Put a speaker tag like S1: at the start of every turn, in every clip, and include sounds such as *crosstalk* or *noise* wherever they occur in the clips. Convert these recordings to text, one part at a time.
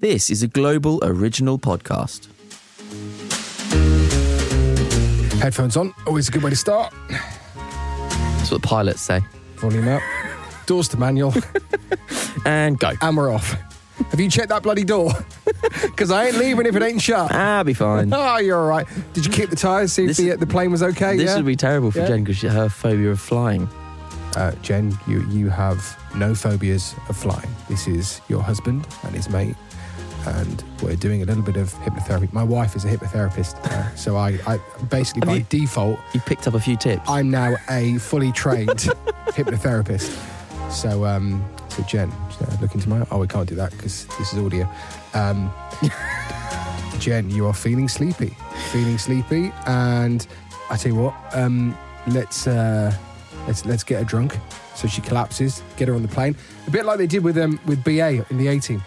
S1: This is a global original podcast.
S2: Headphones on, always a good way to start.
S1: That's what the pilots say.
S2: Volume up, doors to manual,
S1: And go.
S2: and we're off. Have you checked that bloody door? *laughs* Because I ain't leaving if it ain't shut.
S1: Ah, be fine.
S2: *laughs* Oh, you're all right. Did you kick the tyres, see
S1: This
S2: if the,
S1: is-
S2: the plane was okay?
S1: This
S2: yeah?
S1: would be terrible for
S2: Yeah.
S1: Jen because her phobia of flying.
S2: Uh, Jen, you, you have no phobias of flying. This is your husband and his mate, and we're doing a little bit of hypnotherapy. My wife is a hypnotherapist, uh, so I, I basically
S1: Have
S2: by
S1: you-
S2: default,
S1: You picked up a few tips.
S2: I'm now a fully trained hypnotherapist. So, um, so Jen, uh, look into my. Oh, we can't do that because this is audio. Um, Jen, you are feeling sleepy, feeling sleepy, and I tell you what, um, let's uh, let's let's get her drunk so she collapses. Get her on the plane, a bit like they did with um, with BA in the 18. Do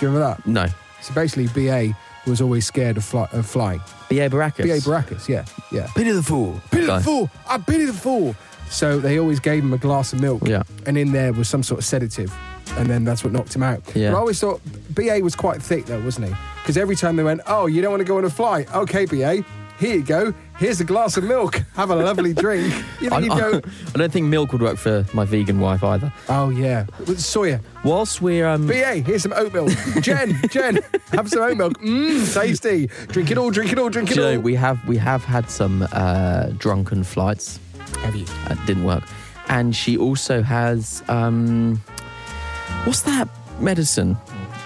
S2: you remember that?
S1: no.
S2: So basically, BA was always scared of, fly- of flying.
S1: B.A. Baracus.
S2: BA Baracus, yeah, yeah.
S1: Pity the fool.
S2: Pity
S1: Guy.
S2: the fool! I pity the fool! So they always gave him a glass of milk,
S1: Yeah.
S2: and in there was some sort of sedative, and then that's what knocked him out.
S1: Yeah.
S2: But I always thought BA was quite thick, though, wasn't he? Because every time they went, Oh, you don't want to go on a flight? Okay, BA, here you go. Here's a glass of milk. *laughs* Have a lovely drink. You
S1: I,
S2: think you'd
S1: I-
S2: go,
S1: I don't think milk would work for my vegan wife either.
S2: Oh, yeah. With Sawyer,
S1: Whilst we're um,
S2: BA, here's some
S1: *laughs*
S2: oat milk. Jen, Jen, have some oat milk. Mmm, tasty. Drink it all, drink it all, drink
S1: Do
S2: it
S1: you
S2: all.
S1: know, we have we have had some uh, drunken flights.
S2: have you?
S1: That didn't work. And she also has um, what's that medicine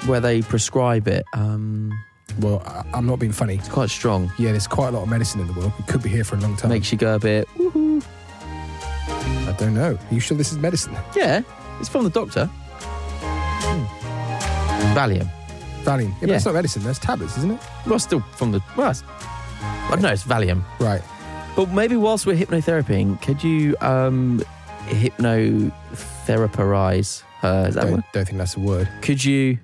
S1: where they prescribe it? Um,
S2: Well, I- I'm not being funny.
S1: it's quite strong.
S2: Yeah, there's quite a lot of medicine in the world. We could be here for a long time.
S1: Makes you go a bit. Woohoo.
S2: I don't know. Are you sure this is medicine?
S1: Yeah, it's from the doctor. Hmm. Valium.
S2: Valium. Yeah, but
S1: Yeah.
S2: it's not medicine. That's tablets, isn't it?
S1: Well, it's still from the. Well, it's, I don't know. It's Valium.
S2: Right.
S1: But maybe whilst we're hypnotherapying, could you um, hypnotherapize her? Is that a word?
S2: Don't, don't think that's a word.
S1: Could you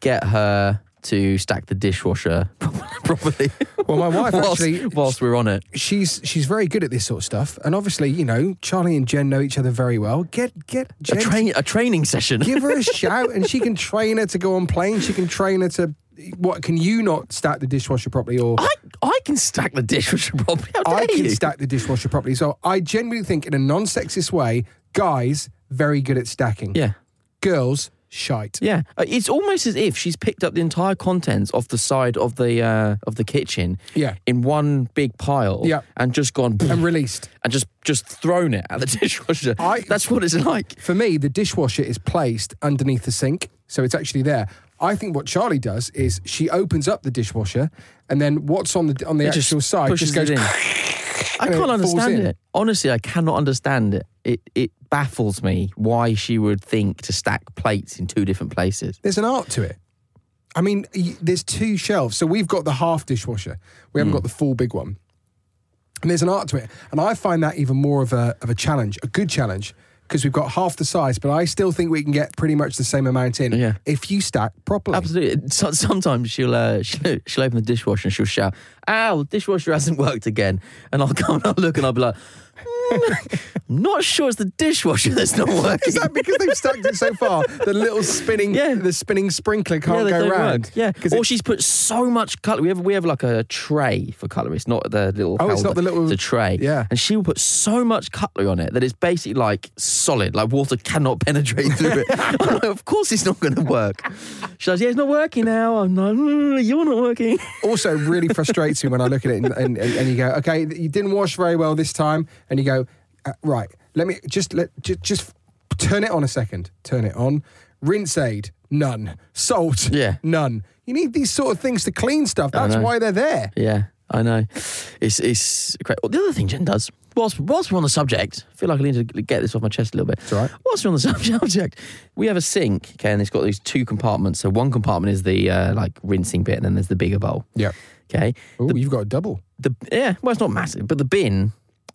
S1: get her to stack the dishwasher *laughs* properly *laughs*
S2: Well, my wife
S1: whilst,
S2: actually,
S1: whilst we're on it?
S2: she's she's very good at this sort of stuff, and obviously, you know, Charlie and Jen know each other very well. Get get
S1: A
S2: Jen,
S1: train, a training session.
S2: *laughs* give her a shout, and she can train her to go on planes. She can train her to. What can you not stack the dishwasher properly, or
S1: I, I can stack the dishwasher properly. *laughs* How dare
S2: I can
S1: you?
S2: stack the dishwasher properly? So I genuinely think, in a non-sexist way, guys very good at stacking.
S1: yeah,
S2: Girls shite.
S1: yeah. Uh, It's almost as if she's picked up the entire contents off the side of the uh, of the kitchen.
S2: Yeah.
S1: in one big pile.
S2: Yeah.
S1: and just gone
S2: And
S1: and,
S2: released.
S1: just just thrown it at the *laughs* dishwasher.
S2: I-
S1: That's what it's like.
S2: For me, the dishwasher is placed underneath the sink, so it's actually there. I think what Charlie does is she opens up the dishwasher, and then what's on the on the
S1: It just
S2: actual side
S1: pushes
S2: just goes. *laughs*
S1: it in. I
S2: and it
S1: can't
S2: falls
S1: understand
S2: in.
S1: it. Honestly, I cannot understand it. It it baffles me why she would think to stack plates in two different places.
S2: There's an art to it. I mean, y- there's two shelves, so we've got the half dishwasher. We
S1: Hmm.
S2: haven't got the full big one, and there's an art to it. And I find that even more of a of a challenge, a good challenge, because we've got half the size, but I still think we can get pretty much the same amount in
S1: Yeah.
S2: if you stack properly.
S1: Absolutely. So, sometimes she'll, uh, *laughs* she'll she'll open the dishwasher and she'll shout, "Ow, the dishwasher hasn't worked again." And I'll *laughs* come and I'll look and I'll be like, "Mm, "I'm *laughs* not sure it's the dishwasher that's
S2: *laughs*
S1: not working."
S2: Is that because they've stacked it so far? The little spinning,
S1: Yeah.
S2: the spinning sprinkler can't
S1: they
S2: go
S1: don't
S2: round.
S1: work. Yeah,
S2: because
S1: or she's put so much cutlery. We have we have like a tray for cutlery. It's not the little.
S2: Oh, it's
S1: holder.
S2: not the little-
S1: It's a tray.
S2: Yeah.
S1: and she will put so much cutlery on it that it's basically like solid. Like water cannot *laughs* penetrate through
S2: *laughs*
S1: it. I'm like, of course, it's not going to work. She goes, yeah, it's not working now. I'm like, "Mm, you're not working. *laughs*
S2: also really frustrates me when I look at it and, and, and, and you go, okay, you didn't wash very well this time, and you go, uh, right, let me just let just, just turn it on a second, turn it on, rinse aid, none, salt,
S1: Yeah.
S2: none. You need these sort of things to clean stuff. That's
S1: know.
S2: why they're there.
S1: Yeah, I know. It's it's great. Well, the other thing Jen does, whilst whilst we're on the subject, I feel like I need to get this off my chest a little bit. It's
S2: all right.
S1: Whilst we're on the *laughs* subject, we have a sink, okay, and it's got these two compartments. So one compartment is the uh, like rinsing bit, and then there's the bigger bowl.
S2: Yeah.
S1: Okay.
S2: Oh, you've got a double.
S1: The yeah, well, it's not massive, but the bin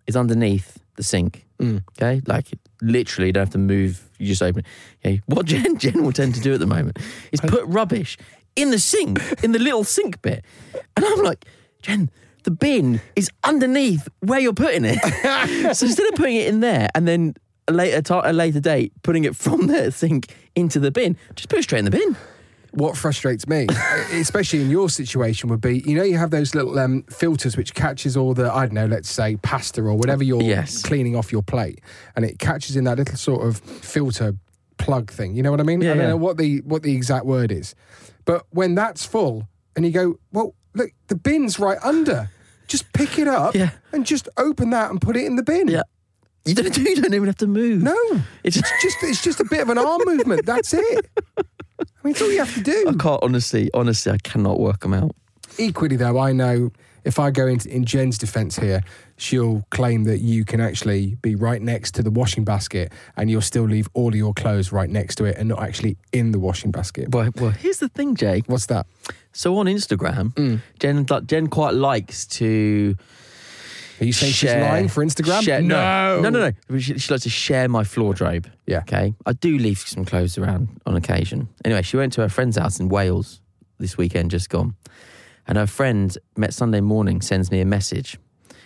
S1: is underneath the sink. Okay, like literally, you don't have to move. You just open. it. Okay, what *laughs* Jen Jen will tend to do at the moment is put rubbish in the sink, in the little sink bit, and I'm like, Jen. The bin is underneath where you're putting it. so instead of putting it in there and then a later, ti- a later date putting it from the sink into the bin, just put it straight in the bin.
S2: what frustrates me,
S1: *laughs*
S2: especially in your situation, would be you know you have those little um, filters which catches all the I don't know, let's say pasta or whatever you're
S1: Yes.
S2: cleaning off your plate, and it catches in that little sort of filter plug thing. You know what I mean?
S1: Yeah,
S2: I don't
S1: yeah.
S2: know what the what the exact word is, but when that's full, and you go, well, look, the bin's right under. Just pick it up
S1: Yeah.
S2: and just open that and put it in the bin.
S1: Yeah. You don't, *laughs* you don't even have to move.
S2: No,
S1: It's
S2: it's just it's just a bit of an arm movement. That's it. I mean, it's all you have
S1: *laughs*
S2: to do.
S1: I can't *laughs* honestly, honestly, I cannot work them out.
S2: Equally, though, I know if I go into in Jen's defence here, she'll claim that you can actually be right next to the washing basket and you'll still leave all of your clothes right next to it and not actually in the washing basket.
S1: Well, well, here's the thing, Jake.
S2: What's that?
S1: So on Instagram,
S2: Mm.
S1: Jen Jen quite likes to
S2: Are you saying
S1: share-
S2: she's lying for Instagram?
S1: share- no, no, no, no. She, she likes to share my floor drape.
S2: Yeah.
S1: Okay. I do leave some clothes around on occasion. Anyway, she went to her friend's house in Wales this weekend, just gone, and her friend met Sunday morning sends me a message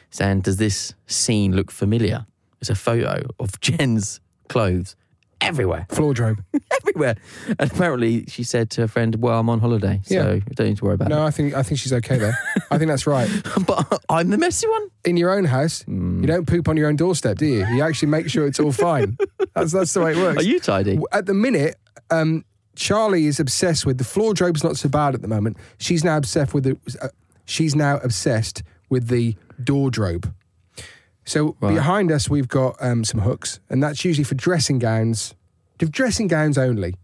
S1: saying, "Does this scene look familiar?" It's a photo of *laughs* Jen's clothes everywhere
S2: Floor drobe.
S1: *laughs* everywhere. And apparently, she said to her friend, "Well, I'm on holiday, so
S2: Yeah.
S1: you don't need to worry about
S2: No, I think I think she's okay there. I think that's right.
S1: it." *laughs* but I'm the messy one.
S2: In your own
S1: *laughs*
S2: house,
S1: Hmm.
S2: you don't poop on your own doorstep, do you? You actually make sure it's all fine. That's that's the way it works.
S1: Are you tidy?
S2: at the minute, um, Charlie is obsessed with the floor drobe's not so bad at the moment. She's now obsessed with the uh, she's now obsessed with the door drobe. So behind us, we've got um, some hooks, and that's usually for dressing gowns, for dressing gowns only.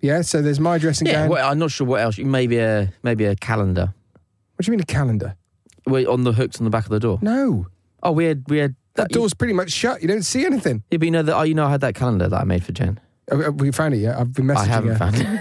S2: Yeah. So there's my dressing
S1: Yeah.
S2: gown.
S1: Well, I'm not sure what else. Maybe a maybe a calendar.
S2: What do you mean a calendar?
S1: Wait, on the hooks on the back of the door.
S2: No,
S1: Oh, we had we had
S2: that
S1: that.
S2: door's pretty much shut. You don't see anything.
S1: Yeah, but you know that. Oh, you know, I had that calendar that I made for Jen.
S2: Oh, Have we found it yet? I've been messaging
S1: I haven't
S2: her. *laughs*
S1: found it.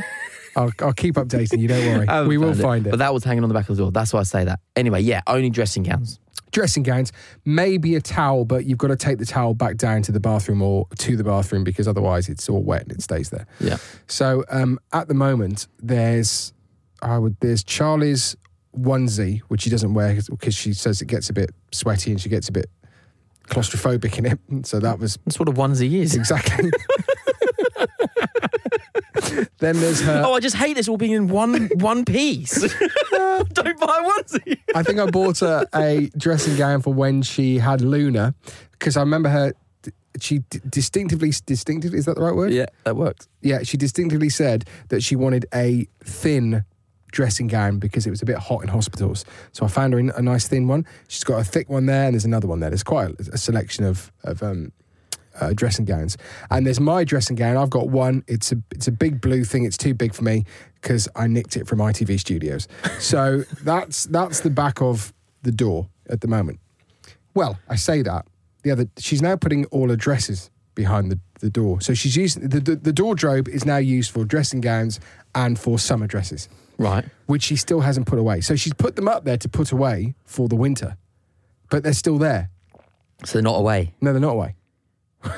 S2: I'll, I'll keep updating you. Don't
S1: *laughs* I
S2: worry.
S1: haven't
S2: we will
S1: found
S2: find it.
S1: But that was hanging on the back of the door. That's why I say that. Anyway, yeah, only dressing gowns.
S2: dressing gowns, maybe a towel, but you've got to take the towel back down to the bathroom or to the bathroom because otherwise it's all wet and it stays there.
S1: Yeah.
S2: So um, at the moment, there's I would there's Charlie's onesie which she doesn't wear because she says it gets a bit sweaty and she gets a bit claustrophobic in it. So that was
S1: That's what a onesie is.
S2: exactly. *laughs* then there's her.
S1: oh, I just hate this all being in one *laughs* one
S2: *laughs*
S1: piece. Don't buy a onesie.
S2: I think I bought her a dressing gown for when she had Luna, because I remember her. She d- distinctively, distinctively, is that the right word?
S1: Yeah, that worked.
S2: Yeah, she distinctively said that she wanted a thin dressing gown because it was a bit hot in hospitals. So I found her in a nice thin one. She's got a thick one there, and there's another one there. There's quite a, a selection of of um, uh, dressing gowns. And there's my dressing gown. I've got one. It's a it's a big blue thing. It's too big for me because I nicked it from ITV Studios. So *laughs* that's that's the back of the door at the moment. Well, I say that the other she's now putting all her dresses behind the, the door. So she's using the, the the door drobe is now used for dressing gowns and for summer dresses,
S1: Right.
S2: which she still hasn't put away. So she's put them up there to put away for the winter, but they're still there.
S1: So they're not away.
S2: No, they're not away. *laughs*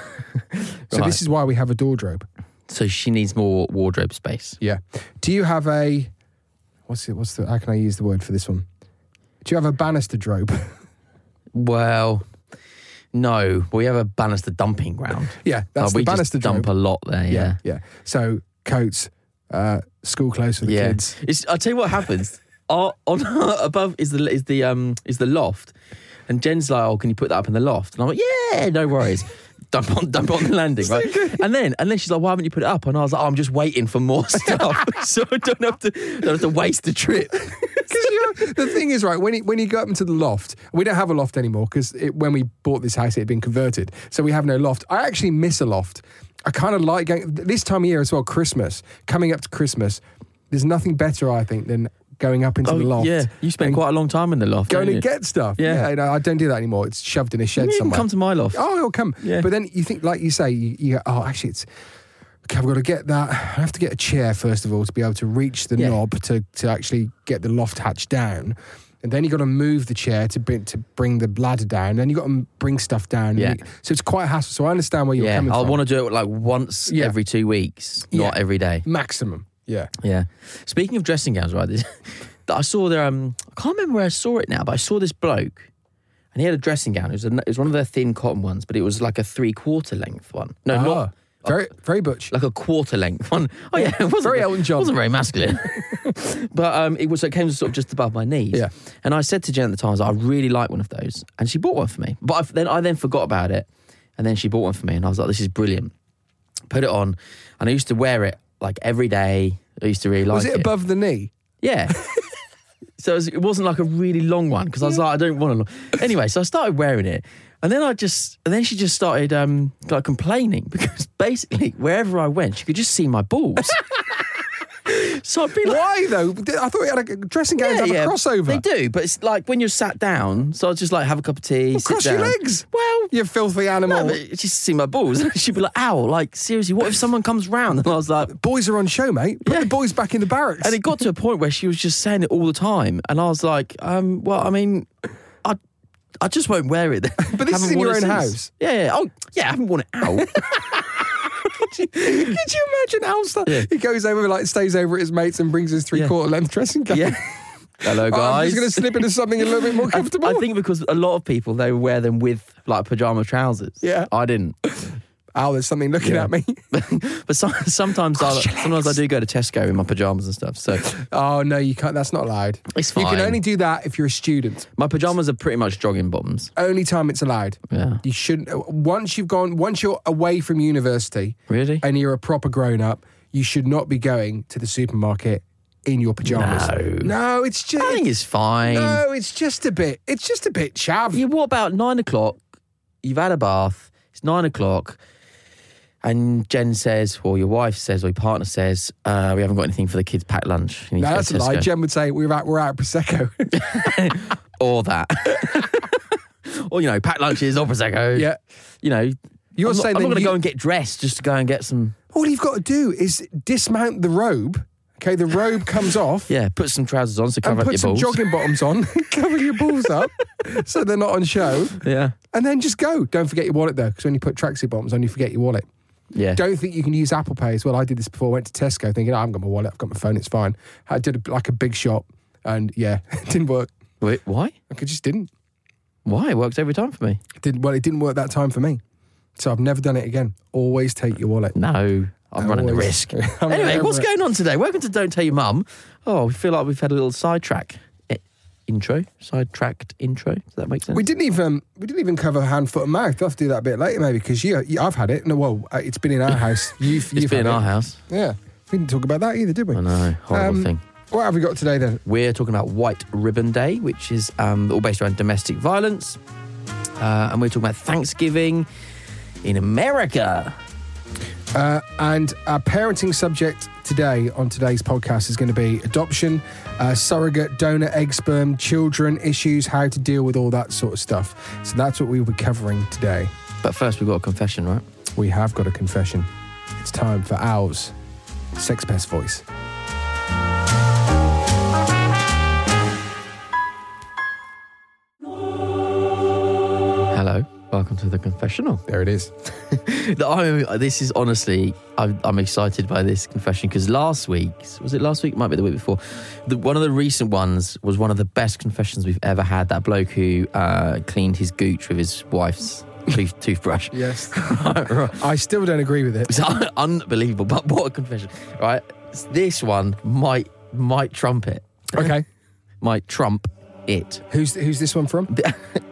S2: so
S1: Right.
S2: this is why we have a door drobe.
S1: So she needs more wardrobe space.
S2: Yeah. Do you have a what's it? What's the? How can I use the word for this one? Do you have a banister drobe?
S1: Well, no, we have a banister dumping ground.
S2: *laughs* yeah, that's
S1: Oh, we
S2: the banister
S1: just dump
S2: drobe.
S1: a lot there. Yeah,
S2: yeah, yeah. So coats, uh, school clothes for the
S1: yeah.
S2: kids.
S1: It's, I'll tell you what happens. *laughs* Our, on above is the is the um is the loft, and Jen's like, "Oh, can you put that up in the loft?" And I'm like, "Yeah, no worries." *laughs* Dump on, dump on the
S2: *laughs*
S1: landing, right? And then, and then she's like, "Why haven't you put it up?" And I was like, oh, "I'm just waiting for more *laughs* stuff, so I don't have to, don't have to waste the
S2: *laughs*
S1: trip."
S2: Because you know, the thing is, right, when you, when you go up into the loft, we don't have a loft anymore because when we bought this house, it had been converted. So we have no loft. I actually miss a loft. I kind of like going this time of year as well, Christmas, coming up to Christmas. There's nothing better, I think, than going up into the loft.
S1: Oh, yeah, you spent
S2: and
S1: quite a long time in the loft.
S2: going
S1: don't
S2: to
S1: you?
S2: get stuff.
S1: Yeah.
S2: Yeah. no, I don't do that anymore. It's shoved in a shed
S1: You can
S2: somewhere.
S1: come to my loft.
S2: Oh, it'll come.
S1: Yeah.
S2: But then you think, like you say, you, you go, oh, actually, it's okay. I've got to get that. I have to get a chair first of all to be able to reach the
S1: Yeah.
S2: knob to to actually get the loft hatch down. And then you got to move the chair to bring to bring the ladder down. Then you got to bring stuff down.
S1: Yeah.
S2: So it's quite a hassle. So I understand where you're
S1: Yeah,
S2: coming
S1: I
S2: from.
S1: want to do it like once
S2: Yeah.
S1: every two weeks, not
S2: Yeah.
S1: every day.
S2: maximum. Yeah.
S1: Yeah. Speaking of dressing gowns, right? This, *laughs* I saw there. Um, I can't remember where I saw it now, but I saw this bloke, and he had a dressing gown. It was, a, it was one of their thin cotton ones, but it was like a three quarter length one. No,
S2: Ah.
S1: not.
S2: Very, very butch.
S1: like a quarter length *laughs* one. Oh yeah, it wasn't
S2: Very Elton John.
S1: Wasn't very masculine, *laughs* but um, it was. It came sort of just above my knees.
S2: Yeah.
S1: And I said to Jen at the time, I, was like, I really like one of those, and she bought one for me. But I, then I then forgot about it, and then she bought one for me, and I was like, this is brilliant. Put it on, and I used to wear it like every day. I used to really like
S2: Was it
S1: it.
S2: above the knee?
S1: Yeah. *laughs* so it, was, it wasn't like a really long one because I was like, I don't want a long. Anyway, so I started wearing it, and then I just, and then she just started um like complaining *laughs* because basically wherever I went, she could just see my *laughs* balls. so I'd be like.
S2: Why
S1: *laughs*
S2: though? I thought it had a dressing gown had a crossover.
S1: They do, but it's like when you're sat down. So I'll just like have a cup of tea. sit
S2: cross your
S1: down.
S2: legs.
S1: Well,
S2: You filthy
S1: no,
S2: animal.
S1: but she just see my balls. *laughs* She'd be like, "Ow!" Like seriously, what if someone comes round? And I was like,
S2: boys are on show, mate. Put
S1: Yeah.
S2: the boys back in the barracks.
S1: And it got to a point where she was just saying it all the time, and I was like, um, "Well, I mean, I, I just won't wear it." Then.
S2: But this is
S1: Haven't
S2: in
S1: worn
S2: your
S1: it
S2: own
S1: since.
S2: house?
S1: Yeah, yeah. Oh, yeah. I haven't worn it
S2: *laughs*
S1: out. *laughs*
S2: Could you imagine Alistair? He goes over, like stays over at his mates and brings his three-quarter length dressing gown.
S1: yeah. Hello,
S2: Oh, *laughs* I'm
S1: guys.
S2: just going to slip into something a little bit more comfortable.
S1: *laughs* I think because a lot of people they wear them with like pajama trousers.
S2: Yeah.
S1: I didn't. *laughs*
S2: Al, Oh, there's something looking at me.
S1: but some, sometimes I sometimes I do go to Tesco in my pajamas and stuff. So
S2: Oh no, you can't. That's not allowed.
S1: It's
S2: You
S1: fine.
S2: can only do that if you're a student.
S1: my pajamas are pretty much jogging bottoms.
S2: Only time it's allowed.
S1: Yeah.
S2: You shouldn't. Once you've gone, once you're away from university,
S1: Really?
S2: and you're a proper grown up, you should not be going to the supermarket in your pajamas. No, it's just.
S1: I think it's fine.
S2: no, it's just a bit. It's just a bit chav.
S1: Yeah, what about nine o'clock? You've had a bath. It's nine o'clock. And Jen says, or your wife says, or your partner says, uh, we haven't got anything for the kids' packed lunch. You need
S2: no,
S1: to go
S2: that's
S1: to
S2: a lie.
S1: Tesco."
S2: Jen would say we're out. We're out of prosecco. *laughs*
S1: Or that. *laughs* or, you know, packed lunches or Prosecco.
S2: yeah.
S1: You know,
S2: You're
S1: I'm not,
S2: saying
S1: I'm
S2: that
S1: not going to
S2: you-
S1: go and get dressed just to go and get some,
S2: All you've got to do is dismount the robe. Okay, the
S1: *laughs*
S2: robe comes off.
S1: yeah, put some trousers on to cover
S2: And
S1: up
S2: put
S1: your
S2: some
S1: balls.
S2: jogging bottoms on, *laughs* cover your balls
S1: *laughs*
S2: up so they're not on show,
S1: yeah.
S2: and then just go. Don't forget your wallet though, because when you put tracksuit bottoms on, you forget your wallet.
S1: Yeah.
S2: Don't think you can use Apple Pay as well. I did this before. I went to Tesco thinking, "Oh, I haven't got my wallet, I've got my phone, it's fine. I did like a big shop, and yeah, *laughs* it didn't work.
S1: Wait, why?
S2: Like, it just didn't.
S1: Why? It works every time for me.
S2: It didn't. Well, it didn't work that time for me. So I've never done it again. Always take your wallet.
S1: No, I'm running the
S2: always-
S1: risk.
S2: *laughs* I'm running
S1: anyway,
S2: over
S1: what's
S2: it.
S1: going on today? Welcome to Don't Tell Your Mum. Oh, we feel like we've had a little sidetrack eh, intro, sidetracked intro. Does that make sense?
S2: We didn't even we didn't even cover hand, foot, and mouth. I'll have to do that a bit later, maybe, because you, you I've had it. No, well, uh, it's been in our house. You've,
S1: *laughs* it's
S2: you've
S1: been
S2: had
S1: in
S2: it.
S1: our house.
S2: Yeah. We didn't talk about that either, did we?
S1: I know, horrible
S2: Um,
S1: thing.
S2: What have we got today then?
S1: We're talking about White Ribbon Day, which is um, all based around domestic violence, uh, and we're talking about Thanksgiving in America.
S2: Uh, and our parenting subject today on today's podcast is going to be adoption, uh, surrogate, donor, egg, sperm, children issues, how to deal with all that sort of stuff. So that's what we'll be covering today.
S1: But first, we've got a confession, right?
S2: We have got a confession. It's time for Al's sex pest voice.
S1: Hello, welcome to the confessional.
S2: There it is.
S1: The- I'm, this is honestly, I'm, I'm excited by this confession because last week, was it last week? Might be the week before. The, one of the recent ones was one of the best confessions we've ever had. That bloke who uh, cleaned his gooch with his wife's tooth, *laughs* toothbrush.
S2: *laughs* Yes.
S1: Right, right.
S2: I still don't agree with it.
S1: It's un- unbelievable, but what a confession, right? This one might might trump it,
S2: Okay.
S1: might trump it. *laughs*
S2: Who's who's this one from?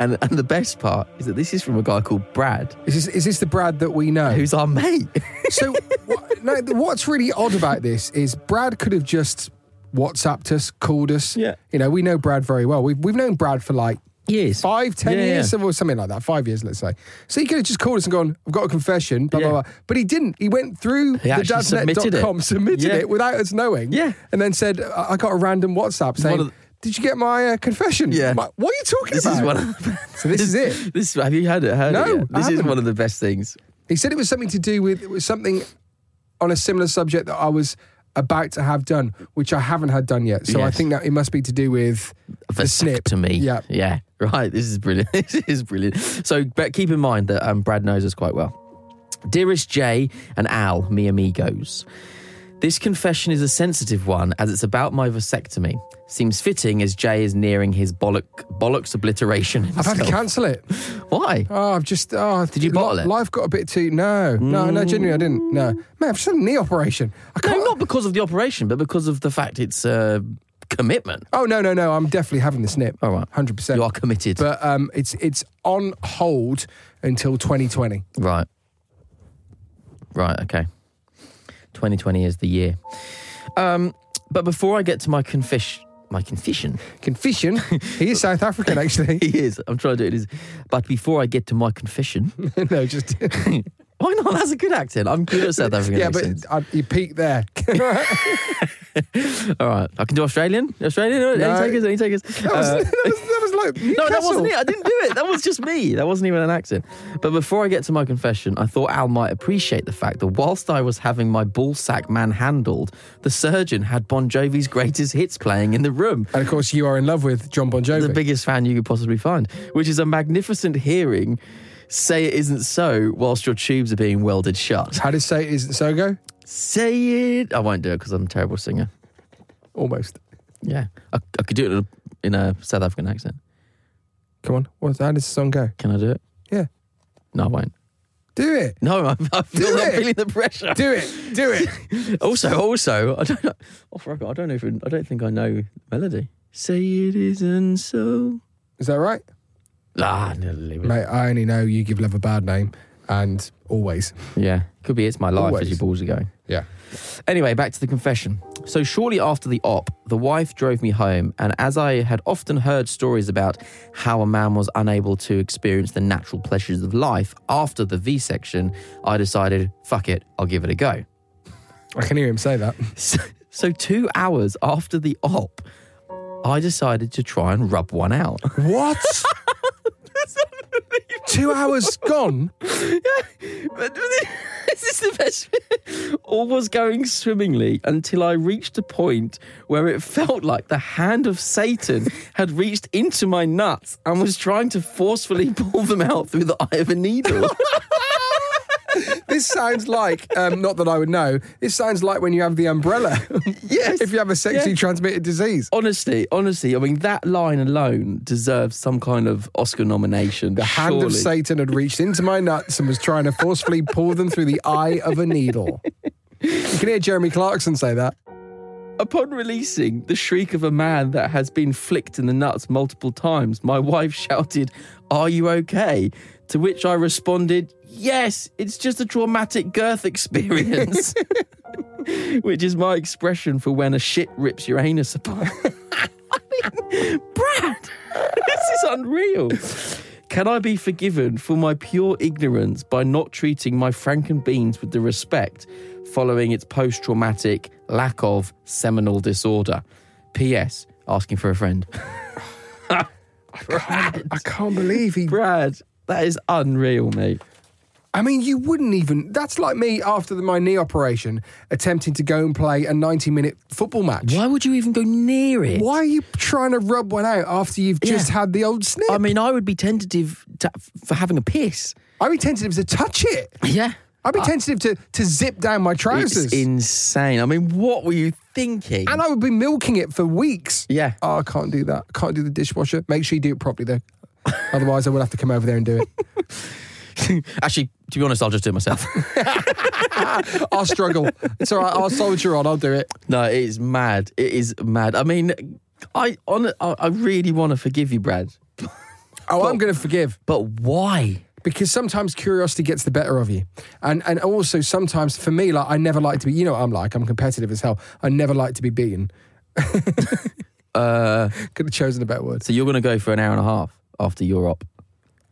S1: And and the best part is that this is from a guy called Brad,
S2: Is this, is this the Brad that we know?
S1: who's our mate.
S2: So, what, no, th- what's really odd about this is Brad could have just WhatsApped us, called us.
S1: Yeah.
S2: You know, we know Brad very well. We've, we've known Brad for like
S1: Years.
S2: five, ten
S1: Yeah, yeah.
S2: years, or something like that. Five years, let's say. So he could have just called us and gone, I've got a confession, blah,
S1: Yeah.
S2: blah, blah. But he didn't. He went through the
S1: actually submitted it.
S2: dadnet.com, submitted
S1: Yeah.
S2: it without us knowing.
S1: Yeah.
S2: And then said, I I got a random WhatsApp saying,
S1: of the-
S2: Did you get my uh, confession?
S1: Yeah.
S2: My- what are you talking
S1: This
S2: about?
S1: is one of the
S2: so this is
S1: *laughs*
S2: it.
S1: This have you heard it? Heard
S2: No,
S1: it yet?
S2: I
S1: this is
S2: haven't.
S1: one of the best things.
S2: He said it was something to do with it was something on a similar subject that I was about to have done, which I haven't had done yet. So I
S1: Yes.
S2: think that it must be to do with the snip.
S1: to me.
S2: Yeah.
S1: yeah, right. This is brilliant. *laughs* this is brilliant. So, but keep in mind that um, Brad knows us quite well. Dearest Jay and Al, me amigos. This confession is a sensitive one as it's about my vasectomy. Seems fitting as Jay is nearing his bollock bollocks obliteration.
S2: I've had to
S1: himself.
S2: cancel it.
S1: Why?
S2: Oh, I've just. Oh, did
S1: you bottle it?
S2: Life got a bit too. No, no, no. Genuinely, I didn't. No, man, I've just had a knee operation. I can't.
S1: No, not because of the operation, but because of the fact it's uh, commitment.
S2: Oh no, no, no. I'm definitely having the snip.
S1: All right.
S2: hundred percent.
S1: You are committed.
S2: But um, it's it's on hold until 2020.
S1: Right. Right, okay. 2020 is the year. Um, but before I get to my confish, my confession, *laughs*
S2: Confession. he is South African, actually. *laughs*
S1: he is, I'm trying to do it. is- But before I get to my confession, *laughs*
S2: no, just
S1: why not? That's a good accent. I'm good at South African
S2: *laughs* yeah, but
S1: accents.
S2: uh, you
S1: *laughs*
S2: peaked there.
S1: All right, I can do Australian. Australian,
S2: No.
S1: any takers, any takers.
S2: That was,
S1: Uh,
S2: *laughs* that was, that was like
S1: No, that
S2: Newcastle.
S1: wasn't it. I didn't do it. That was just me. That wasn't even an accent. But before I get to my confession, I thought Al might appreciate the fact that whilst I was having my ball sack manhandled, the surgeon had Bon Jovi's greatest hits playing in the room.
S2: And of course, you are in love with John Bon Jovi.
S1: The biggest fan you could possibly find, which is a magnificent hearing. Say it isn't so whilst your tubes are being welded shut.
S2: How does say it isn't so go?
S1: Say it. I won't do it because I'm a terrible singer.
S2: Almost.
S1: Yeah. I, I could do it in a, in a South African accent.
S2: Come on. What, how does the song go?
S1: Can I do it?
S2: Yeah.
S1: No, I won't.
S2: Do it.
S1: No, *laughs* I, I feel, I'm
S2: it.
S1: feeling the pressure.
S2: Do it. Do it.
S1: Also, also, I don't know. Off record, I don't even. I don't think I know the melody. Say it isn't so.
S2: *laughs* Is that right?
S1: Ah, no, leave it.
S2: Mate, I only know you give love a bad name and always.
S1: Yeah, could be. It's my life
S2: Always.
S1: as your balls are going.
S2: Yeah.
S1: Anyway, back to the confession. So shortly after the op, the wife drove me home, and as I had often heard stories about how a man was unable to experience the natural pleasures of life after the V section, I decided, fuck it, I'll give it a go.
S2: I can hear him say that.
S1: So, so two hours after the op, I decided to try and rub one out.
S2: *laughs* What? Two hours gone?
S1: But *laughs* this is the best. *laughs* All was going swimmingly until I reached a point where it felt like the hand of Satan had reached into my nuts and was trying to forcefully *laughs* pull them out through the eye of a
S2: *laughs*
S1: needle.
S2: This sounds like, um, not that I would know, this sounds like when you have the umbrella. *laughs*
S1: yes.
S2: if you have a sexually
S1: Yeah.
S2: transmitted disease.
S1: Honestly, honestly, I mean that line alone deserves some kind of Oscar nomination.
S2: The hand of
S1: surely.
S2: Satan had reached into my nuts and was trying to forcefully pull them through the eye of a needle. You can hear Jeremy Clarkson say that.
S1: Upon releasing the shriek of a man that has been flicked in the nuts multiple times, my wife shouted, Are you okay? To which I responded, Yes, it's just a traumatic girth experience. which is my expression for when a shit rips your anus apart. *laughs* Brad, this is unreal. Can I be forgiven for my pure ignorance by not treating my Franken beans with the respect following its post traumatic lack of seminal disorder? P.S. Asking for a friend. *laughs* Brad,
S2: I can't believe he.
S1: Brad, that is unreal, mate.
S2: I mean, you wouldn't even. That's like me after the, my knee operation attempting to go and play a 90 minute football match.
S1: Why would you even go near it?
S2: Why are you trying to rub one out after you've just
S1: Yeah.
S2: had the old snip?
S1: I mean, I would be tentative to, for having a piss.
S2: I'd be tentative to touch it.
S1: Yeah.
S2: I'd be tentative to, to zip down my trousers.
S1: It's insane. I mean, what were you thinking?
S2: and I would be milking it for weeks.
S1: Yeah.
S2: Oh, I can't do that. I can't do the dishwasher. Make sure you do it properly, *laughs* though. Otherwise, I will have to come over there and do *laughs* it.
S1: *laughs* Actually, to be honest, I'll just do it myself. *laughs*
S2: I'll struggle. It's all right. I'll soldier on. I'll do it.
S1: no, it is mad. It is mad. I mean, I on, I I really want to forgive you, Brad,
S2: Oh, I'm going to forgive
S1: but why?
S2: because sometimes curiosity gets the better of you, and and also sometimes for me, like I never like to be. You know what I'm like. I'm competitive as hell. I never like to be *laughs* beaten.
S1: Uh,
S2: Could have chosen a better word.
S1: so you're going to go for an hour and a half after your op.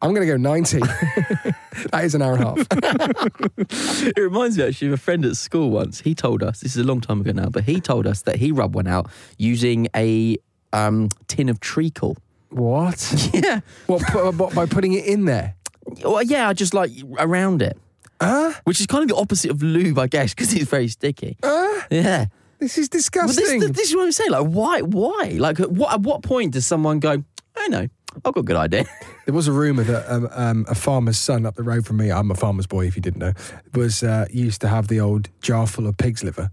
S2: I'm going to go *laughs* 90. that is an hour and a half.
S1: It reminds me actually of a friend at school once. He told us this is a long time ago now, but he told us that he rubbed one out using a um, tin of treacle.
S2: What?
S1: *laughs* Yeah.
S2: What, pu- what by putting it in there?
S1: Well, yeah, I just like around it,
S2: Huh?
S1: which is kind of the opposite of lube, I guess, because it's very sticky.
S2: Huh?
S1: Yeah.
S2: This is
S1: But this,
S2: disgusting.
S1: th- this is what I'm saying. Like, why? Why? Like, at what, at what point does someone go, I know, I've got a good idea? *laughs*
S2: There was a rumor that um, um, a farmer's son up the road from me, I'm a farmer's boy if you didn't know, was uh, used to have the old jar full of pig's liver.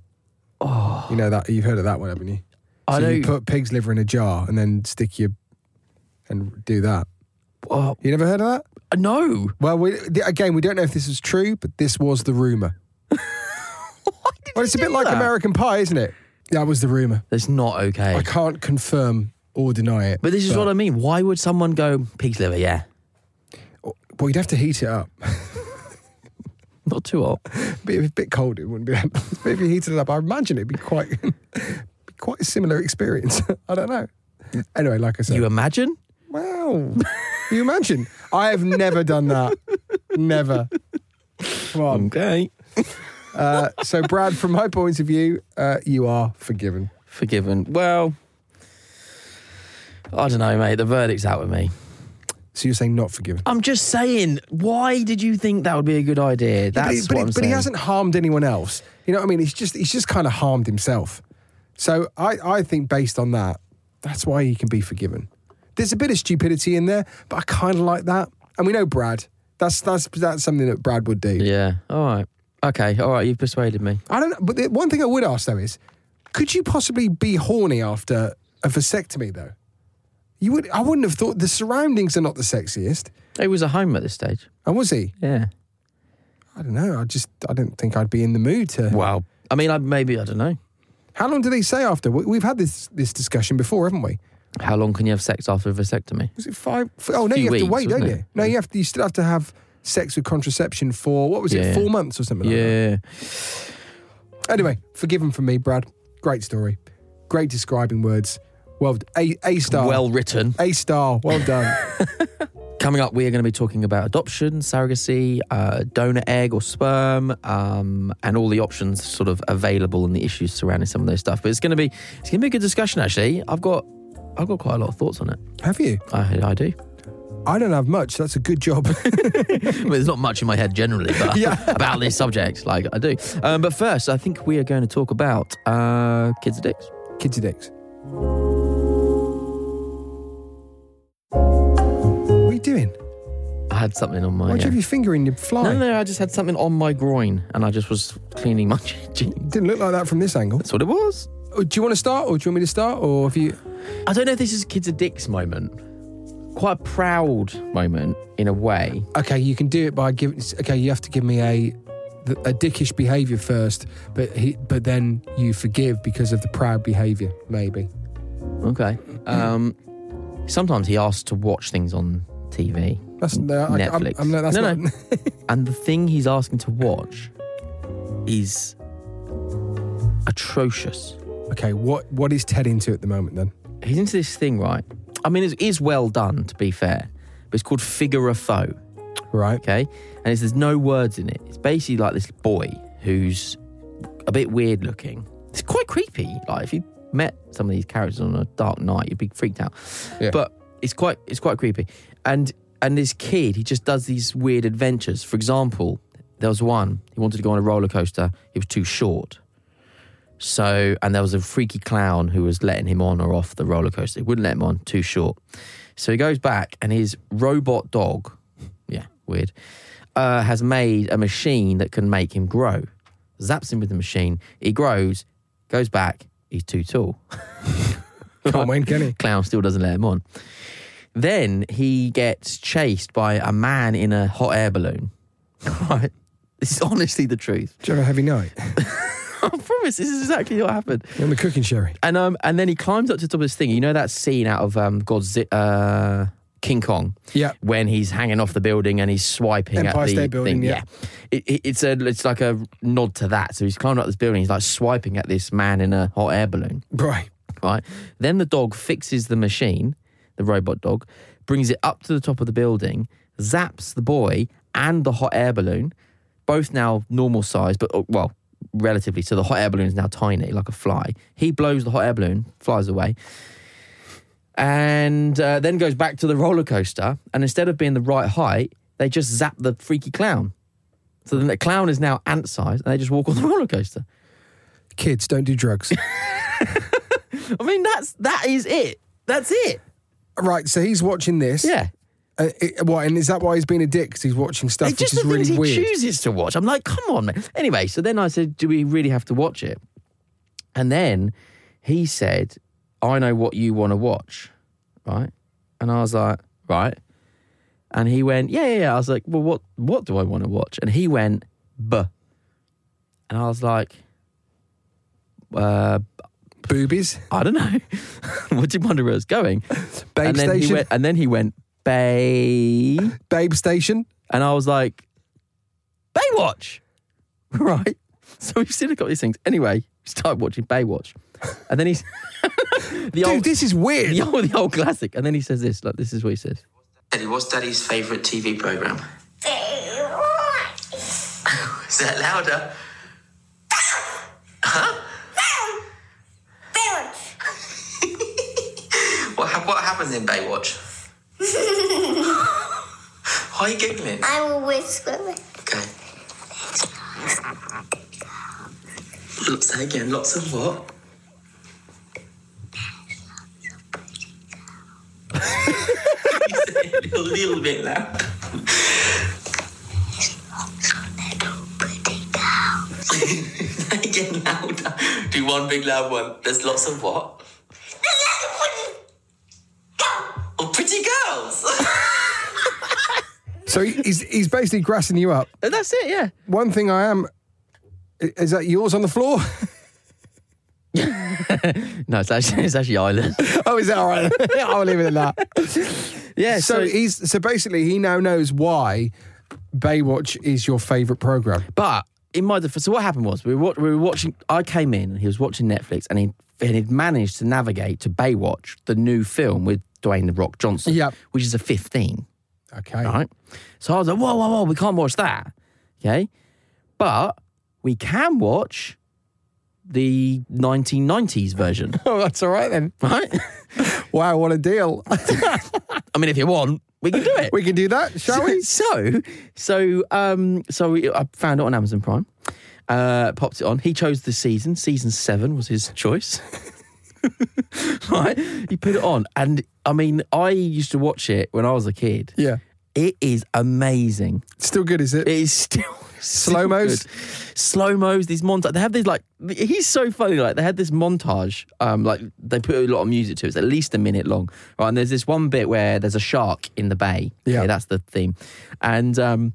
S2: You know that you've heard of that one, haven't you?
S1: Oh. I
S2: so you
S1: don't.
S2: put pig's liver in a jar and then stick your and do that.
S1: oh,
S2: You never heard of that?
S1: no.
S2: Well, we, th- again, we don't know if this is true, but this was the rumor. Well, it's a bit like
S1: that?
S2: American Pie, isn't it? That was the rumor.
S1: That's not okay.
S2: I can't confirm or deny it.
S1: but this is what I mean. Why would someone go pig's liver? Yeah,
S2: well, you'd have to heat it up.
S1: not too hot.
S2: But if it's a bit cold, it wouldn't be that nice. But if you heated it up, I imagine it'd be quite *laughs* be quite a similar experience. *laughs* I don't know. Anyway, like I said,
S1: You imagine?
S2: wow. you imagine? I have never done that. Never. Come on.
S1: Okay.
S2: Uh, so, Brad, from my point of view, uh, you are forgiven.
S1: Forgiven. Well, I don't know, mate. The verdict's out with me.
S2: So you're saying not forgiven.
S1: I'm just saying. Why did you think that would be a good idea?
S2: But he-
S1: That's
S2: but,
S1: what
S2: he,
S1: I'm
S2: but he
S1: saying.
S2: hasn't harmed anyone else. You know what I mean? He's just he's just kind of harmed himself. So I, I think based on that, that's why he can be forgiven. There's a bit of stupidity in there, but I kind of like that. And we know Brad. That's that's that's something that Brad would do.
S1: Yeah. All right. Okay. All right. You've persuaded me.
S2: I don't. know. But the one thing I would ask though is, could you possibly be horny after a vasectomy though? You would. I wouldn't have thought the surroundings are not the sexiest.
S1: It was a home at this stage.
S2: And was he?
S1: Yeah.
S2: I don't know. I just I don't think I'd be in the mood to.
S1: Well, I mean, I, maybe I don't know.
S2: How long do they say after? We- We've had this this discussion before, haven't we?
S1: How long can you have sex after a vasectomy?
S2: Was it five? f- Oh no,
S1: few
S2: you have to
S1: weeks,
S2: wait, don't
S1: wasn't
S2: you?
S1: it?
S2: No, you have to. You still have to have sex with contraception for what was it?
S1: Yeah.
S2: Four months or something. like
S1: Yeah.
S2: that. Anyway, forgive him for me, Brad. Great story. Great describing words. Well, d- a a star.
S1: Well written.
S2: a star. Well done. *laughs*
S1: Coming up, we are going to be talking about adoption, surrogacy, uh, donor egg or sperm, um, and all the options sort of available and the issues surrounding some of those stuff. But it's going to be it's going to be a good discussion. Actually, I've got I've got quite a lot of thoughts on it.
S2: have you?
S1: I, I do. *laughs*
S2: I don't have much. That's a good job. *laughs*
S1: Well, there's not much in my head generally but *laughs* about this subject. Like I do. Um, but first, I think we are going to talk about uh, kids and dicks.
S2: Kids are dicks. What are you doing?
S1: I had something on my.
S2: Why'd
S1: uh,
S2: you have your finger in your fly?
S1: No, no, I just had something on my groin and I just was cleaning my *laughs* jeans.
S2: Didn't look like that from this angle.
S1: That's what it was.
S2: Oh, Do you want to start, or do you want me to start, or if you?
S1: I don't know if this is kids of dicks moment. Quite a proud moment in a way.
S2: Okay, you can do it by giving. Okay, you have to give me a a dickish behaviour first, but he, but then you forgive because of the proud behaviour, maybe.
S1: Okay. Um, sometimes he asks to watch things on TV.
S2: That's no, I, I'm-
S1: Netflix.
S2: I'm, no, that's
S1: No,
S2: not.
S1: no. And the thing he's asking to watch is atrocious.
S2: *laughs* okay, what what is Ted into at the moment then?
S1: He's into this thing, right? I mean, it is well done, to be fair, but it's called Figure a Foe.
S2: *laughs* Right.
S1: okay? And it's, there's no words in it. It's basically like this boy who's a bit weird looking. It's quite creepy. Like if you met some of these characters on a dark night, you'd be freaked out.
S2: Yeah.
S1: But it's quite it's quite creepy. And and this kid, he just does these weird adventures. For example, there was one he wanted to go on a roller coaster. He was too short. So, and there was a freaky clown who was letting him on or off the roller coaster. He wouldn't let him on, too short. So he goes back, and his robot dog, yeah, weird, uh, has made a machine that can make him grow. Zaps him with the machine. He grows, goes back, he's too tall. *laughs*
S2: Can't win, can he?
S1: Clown still doesn't let him on. Then he gets chased by a man in a hot air balloon. *laughs* Right? This is honestly the truth. *laughs*
S2: Do you have a heavy night?
S1: I promise this is exactly what happened.
S2: You're *laughs* on the cooking sherry.
S1: And um, and then he climbs up to the top of this thing. You know that scene out of um, Godzilla, uh, King Kong,
S2: Yeah.
S1: when he's hanging off the building and he's swiping
S2: Empire
S1: at the
S2: State Building,
S1: thing.
S2: yeah.
S1: It, it- it's a it's like a nod to that. So he's climbing up this building. He's like swiping at this man in a hot air balloon.
S2: Right.
S1: Right. Then the dog fixes the machine, the robot dog, brings it up to the top of the building, zaps the boy and the hot air balloon, both now normal size, but uh, well, relatively. So the hot air balloon is now tiny, like a fly. He blows the hot air balloon, flies away, and uh, then goes back to the roller coaster. And instead of being the right height, they just zap the freaky clown. So then the clown is now ant sized, and they just walk on the *laughs* roller coaster.
S2: Kids, don't do *laughs* drugs.
S1: I mean, that's that is it. That's it.
S2: right. So he's watching this.
S1: Yeah.
S2: Uh, it, what? And is that why he's being a dick? 'Cause he's watching stuff
S1: It's just
S2: which is
S1: the things
S2: really
S1: he
S2: weird.
S1: chooses to watch. I'm like, come on, man. Anyway, so then I said, do we really have to watch it? And then he said, I know what you want to watch, right? And I was like, right. And he went, yeah, yeah, yeah. I was like, well, what, what do I want to watch? And he went, buh. And I was like, uh,
S2: Boobies,
S1: I don't know. *laughs* what do you wonder where it's going?
S2: babe
S1: and then he
S2: station,
S1: went, and then he went, babe.
S2: babe station.
S1: And I was like, Baywatch. *laughs* Right. So we've still got these things. Anyway, we started watching Baywatch. And then he's the,
S2: Dude,
S1: old,
S2: this is
S1: *laughs*
S2: weird.
S1: the old the old classic. And then he says this, like this is what he says.
S3: Daddy, what's Daddy's favourite TV programme? *laughs* Is that louder? What, hap what happens in Baywatch? Why are you giggling?
S4: *laughs* I will whisper it.
S3: Okay. Lots say again. Lots of what? *laughs* You said it a little bit loud. Say *laughs* again louder. Do one big loud one. There's lots of what? Oh, pretty girls.
S2: So he- he's he's basically grassing you up.
S1: And that's it, yeah.
S2: One thing I am is that yours on the floor. *laughs*
S1: No, it's actually it's actually Ireland.
S2: oh, is that all right? *laughs* I'll leave it at that.
S1: yeah,
S2: So
S1: so,
S2: he's so basically he now knows why Baywatch is your favourite program.
S1: but in my defense, so what happened was we were, wa- we were watching I came in and he was watching Netflix and he and he'd managed to navigate to Baywatch, the new film with Dwayne the Rock Johnson,
S2: Yep.
S1: which is a 15.
S2: Okay.
S1: right? So I was like, whoa, whoa, whoa, we can't watch that. Okay. But we can watch the 1990s version, *laughs*
S2: Oh, that's all right then.
S1: right?
S2: Wow, what a deal.
S1: I mean, if you want, we can do it.
S2: we can do that, shall
S1: *laughs*
S2: we?
S1: So, so, um, so we- I found it on Amazon Prime. Uh, popped it on. He chose the season. Season seven was his choice. *laughs* right? He put it on, and I mean, I used to watch it when I was a kid.
S2: Yeah.
S1: It is amazing.
S2: Still good, is it?
S1: It is still *laughs*
S2: *laughs* Slow-mos?
S1: slow mos. These montage. They have these like he's so funny. Like they had this montage. Um, like they put a lot of music to. it. It's at least a minute long. Right, and there's this one bit where there's a shark in the bay.
S2: Yeah.
S1: Okay, that's the theme, and um.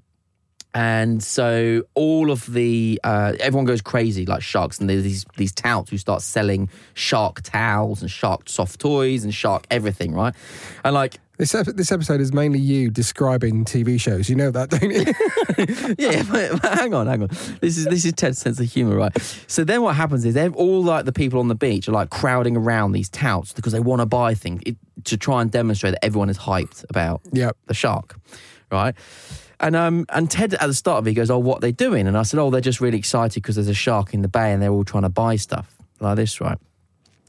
S1: And so all of the uh, everyone goes crazy like sharks, and there's these these touts who start selling shark towels and shark soft toys and shark everything, right? And like
S2: This ep- this episode is mainly you describing TV shows. You know that, don't you?
S1: yeah, *laughs* but, but hang on, hang on. This is this is Ted's sense of humor, right? So then what happens is they're all like the people on the beach are like crowding around these touts because they want to buy things it, to try and demonstrate that everyone is hyped about
S2: Yep.
S1: the shark, right? And um and Ted at the start of it he goes, oh, what are they doing? And I said, oh, they're just really excited because there's a shark in the bay and they're all trying to buy stuff like this, right?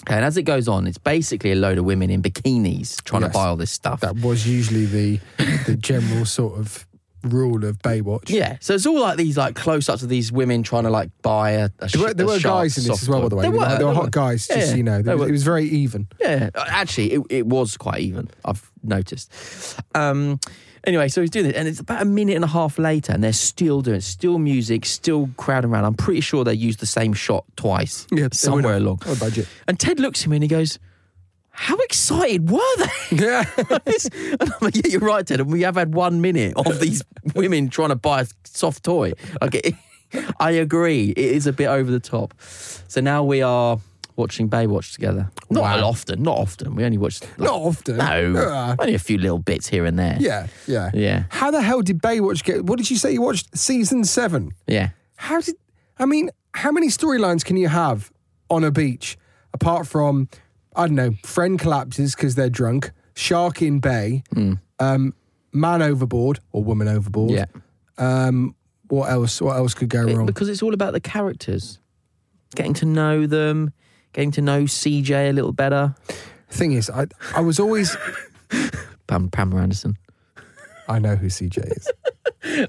S1: And as it goes on, it's basically a load of women in bikinis trying
S2: Yes.
S1: to buy all this stuff.
S2: that was usually the the general sort of rule of Baywatch.
S1: Yeah, so it's all like these like close-ups of these women trying to like buy a. a sh-
S2: There were, there
S1: a
S2: were
S1: sharp
S2: guys in this as well, by
S1: soft
S2: the way.
S1: toy.
S2: There were, there were hot guys, just
S1: Yeah,
S2: so you know.
S1: they
S2: It was,
S1: were.
S2: it was very even.
S1: Yeah, Uh, actually, it, it was quite even. I've noticed. Um, anyway, so he's doing this, and it's about a minute and a half later, and they're still doing, it, still music, still crowding around. I'm pretty sure they used the same shot twice,
S2: Yeah, they
S1: somewhere
S2: would've.
S1: along.
S2: On a budget.
S1: And Ted looks at me and he goes, "How excited were they?"
S2: *laughs* Yeah.
S1: It's- *laughs* and I'm like, yeah, you're right, Ted. And we have had one minute of
S2: *laughs*
S1: these women trying to buy a soft toy. Like, it- *laughs* I agree. It is a bit over the top. So now we are watching Baywatch together. Not
S2: Wow.
S1: often. Not often. We only watch. like-
S2: Not often.
S1: No.
S2: Uh,
S1: only a few little bits here and there.
S2: yeah, yeah.
S1: Yeah.
S2: How the hell did Baywatch get. What did you say you watched? Season seven.
S1: Yeah.
S2: How did. I mean, how many storylines can you have on a beach apart from, I don't know, friend collapses because they're drunk, shark in bay, um, man overboard or woman overboard?
S1: Hmm. Yeah.
S2: Um, what else? What else could go wrong?
S1: Because it's all about the characters, getting to know them, getting to know CJ a little better.
S2: Thing is, I I was always
S1: Pam, Pamela Anderson.
S2: I know who CJ is. Uh,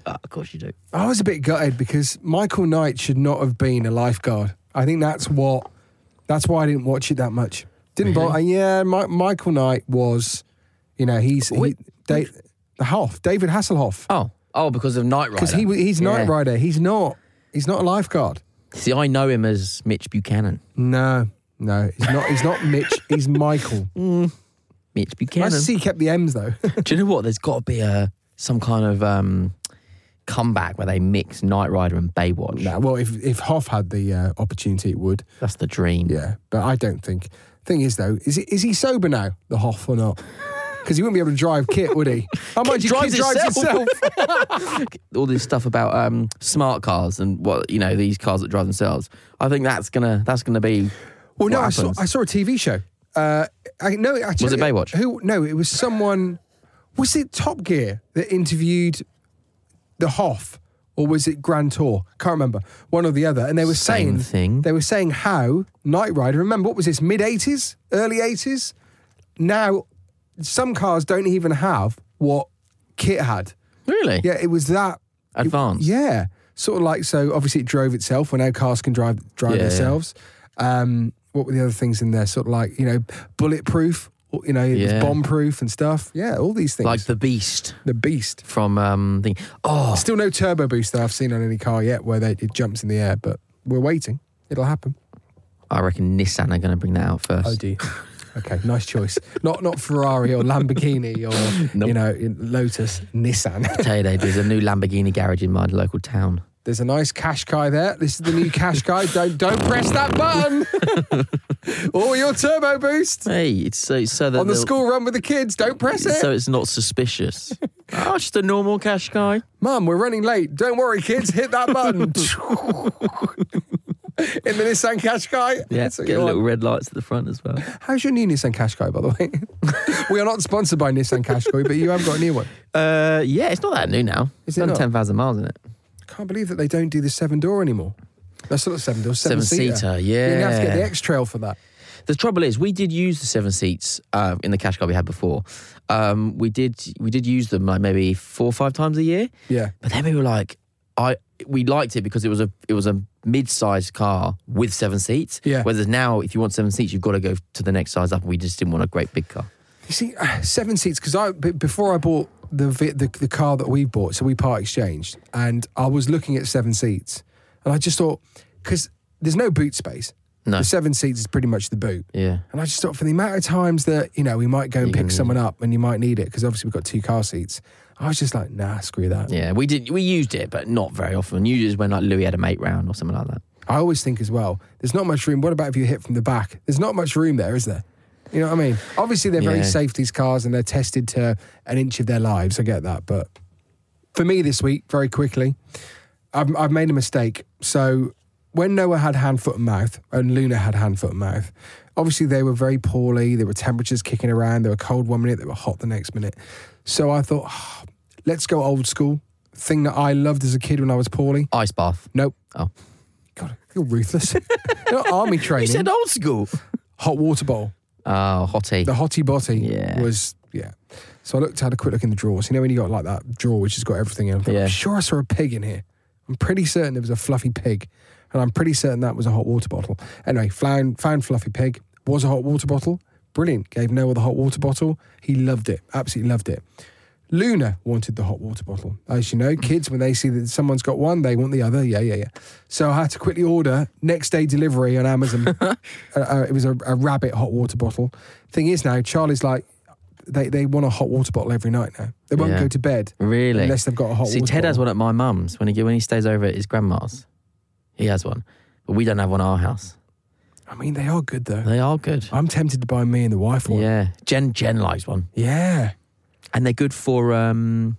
S1: Ah, of course you do.
S2: I was a bit gutted because Michael Knight should not have been a lifeguard. I think that's what that's why I didn't watch it that much. Didn't bother. Yeah, Mi- Michael Knight was, you know, he's he,
S1: Wait.
S2: da- the Hoff, David Hasselhoff,
S1: Oh, oh, because of Night Rider.
S2: because he wa- he's Knight
S1: Yeah.
S2: Rider. He's not he's not a lifeguard.
S1: See, I know him as Mitch Buchanan.
S2: No, no, he's not. He's not Mitch.
S1: *laughs*
S2: He's Michael.
S1: Mitch
S2: I
S1: Buchanan.
S2: see he kept the
S1: *laughs*
S2: M's though.
S1: Do you know what? There's got to be a some kind of um, comeback where they mix Knight Rider and Baywatch.
S2: nah, well, if if Hoff had the uh, opportunity, it would.
S1: That's the dream.
S2: Yeah, but I don't think. Thing is though, is he, is he sober now, the Hoff or not? Because he wouldn't be able to drive Kit, would he? How *laughs* much he
S1: drives
S2: himself?
S1: itself. All this stuff about um, smart cars and what you know these cars that drive themselves. I think that's gonna that's gonna be.
S2: Well, no,
S1: what
S2: I saw,
S1: happens.
S2: I saw a TV show. Uh, I, no, actually,
S1: Was it Baywatch?
S2: Who? No, it was someone. Was it Top Gear that interviewed the Hoff, or was it Grand Tour? Can't remember. One or the other, and they were
S1: Same
S2: saying
S1: thing.
S2: They were saying how Knight Rider. Remember what was this? Mid eighties, early eighties. Now, some cars don't even have what Kit had.
S1: Really?
S2: Yeah, it was that
S1: Advanced.
S2: yeah, sort of like so. Obviously, it drove itself. When our cars can drive drive
S1: Yeah, yeah.
S2: themselves. Um, what were the other things in there? Sort of like you know, bulletproof. or, You know, it
S1: Yeah.
S2: was bomb proof and stuff. Yeah, all these things.
S1: Like the Beast
S2: the beast.
S1: from um, the. Oh,
S2: Still no turbo boost that I've seen on any car yet, where they, it jumps in the air. But we're waiting. It'll happen.
S1: I reckon Nissan are gonna bring that out first.
S2: dear. *laughs* Okay, nice choice. Not not Ferrari or Lamborghini
S1: *laughs*
S2: or you know Lotus, Nissan.
S1: tell you they do. There's a new Lamborghini garage in my local town.
S2: There's a nice Qashqai there. This is the
S1: *laughs*
S2: new Qashqai. Don't don't press that button. or your turbo boost
S1: Hey, it's so, it's so that
S2: on the
S1: they'll-
S2: school run with the kids. Don't press it.
S1: so it's not suspicious.
S2: *laughs*
S1: oh, it's just a normal cash guy.
S2: Mum, we're running late. Don't worry, kids. Hit
S1: *laughs*
S2: that button. *laughs* in the Nissan Qashqai.
S1: Yeah,
S2: That's what
S1: get
S2: you want.
S1: little red lights at the front as
S2: *laughs*
S1: well.
S2: How's your new Nissan Qashqai, by the way? *laughs* we are not sponsored by Nissan Qashqai, but you have got a new one.
S1: Uh, yeah, it's not that new now.
S2: Is
S1: It's
S2: it
S1: done
S2: not?
S1: ten thousand miles in it.
S2: Can't believe that they don't do the seven door anymore. That's not the seven door, seven,
S1: Seven seater,
S2: You have to get the
S1: yeah.
S2: X Trail for that.
S1: The trouble is, we did use the seven seats uh, in the cash car we had before. Um, we did we did use them like maybe four or five times a year.
S2: Yeah.
S1: But then we were like, I we liked it because it was a it was a mid-sized car with seven seats.
S2: Yeah.
S1: Whereas now, if you want seven seats, you've got to go to the next size up. And we just didn't want a great big car.
S2: You see, uh, seven seats because I b- before I bought the, vi- the the car that we bought, so we part exchanged, and I was looking at seven seats, and I just thought because there's no boot space.
S1: No.
S2: the seven seats is pretty much the boot.
S1: Yeah.
S2: And I just thought for the amount of times that you know we might go and pick someone up, and you might need it because obviously we've got two car seats. I was just like, nah, screw that.
S1: Yeah, we did. We used it, but not very often. Usually, it's when like Louis had a mate round or something like that.
S2: I always think as well, there's not much room. What about if you hit from the back? There's not much room there, is there? You know what I mean? Obviously, they're very
S1: Yeah.
S2: safe, these cars, and they're tested to an inch of their lives. I get that. But for me this week, very quickly, I've, I've made a mistake. So when Noah had hand, foot, and mouth, and Luna had hand, foot, and mouth, obviously they were very poorly. There were temperatures kicking around. They were cold one minute, they were hot the next minute. So I thought, "Ah, let's go old school. Thing that I loved as a kid when I was poorly.
S1: Ice bath.
S2: Nope.
S1: Oh,
S2: God, you're
S1: *laughs*
S2: ruthless. You're not army training.
S1: old school.
S2: hot water bowl.
S1: *laughs* Oh, hottie.
S2: The hottie botty
S1: Yeah.
S2: was yeah. So I looked had a quick look in the drawers. You know when you got like that drawer which has got everything in. I thought,
S1: Yeah.
S2: I'm sure I saw a pig in here. I'm pretty certain it was a fluffy pig, and I'm pretty certain that was a hot water bottle. Anyway, found found fluffy pig was a hot water bottle. Brilliant. Gave Noah the hot water bottle. He loved it. Absolutely loved it. Luna wanted the hot water bottle. As you know, kids, when they see that someone's got one, they want the other. Yeah, yeah, yeah. So I had to quickly order next day delivery on
S1: *laughs*
S2: Amazon. uh, uh, it was a, a rabbit hot water bottle. Thing is now, Charlie's like, they, they want a hot water bottle every night now. They won't
S1: Yeah.
S2: go to bed
S1: *laughs* really?
S2: unless they've got a hot
S1: See,
S2: water
S1: Ted has
S2: bottle.
S1: one at my mum's when he when he stays over at his grandma's. He has one, but we don't have one at our house.
S2: I mean, they are good though.
S1: They are good.
S2: I'm tempted to buy me and the wife one.
S1: Yeah, Jen Jen likes one,
S2: yeah.
S1: and they're good for um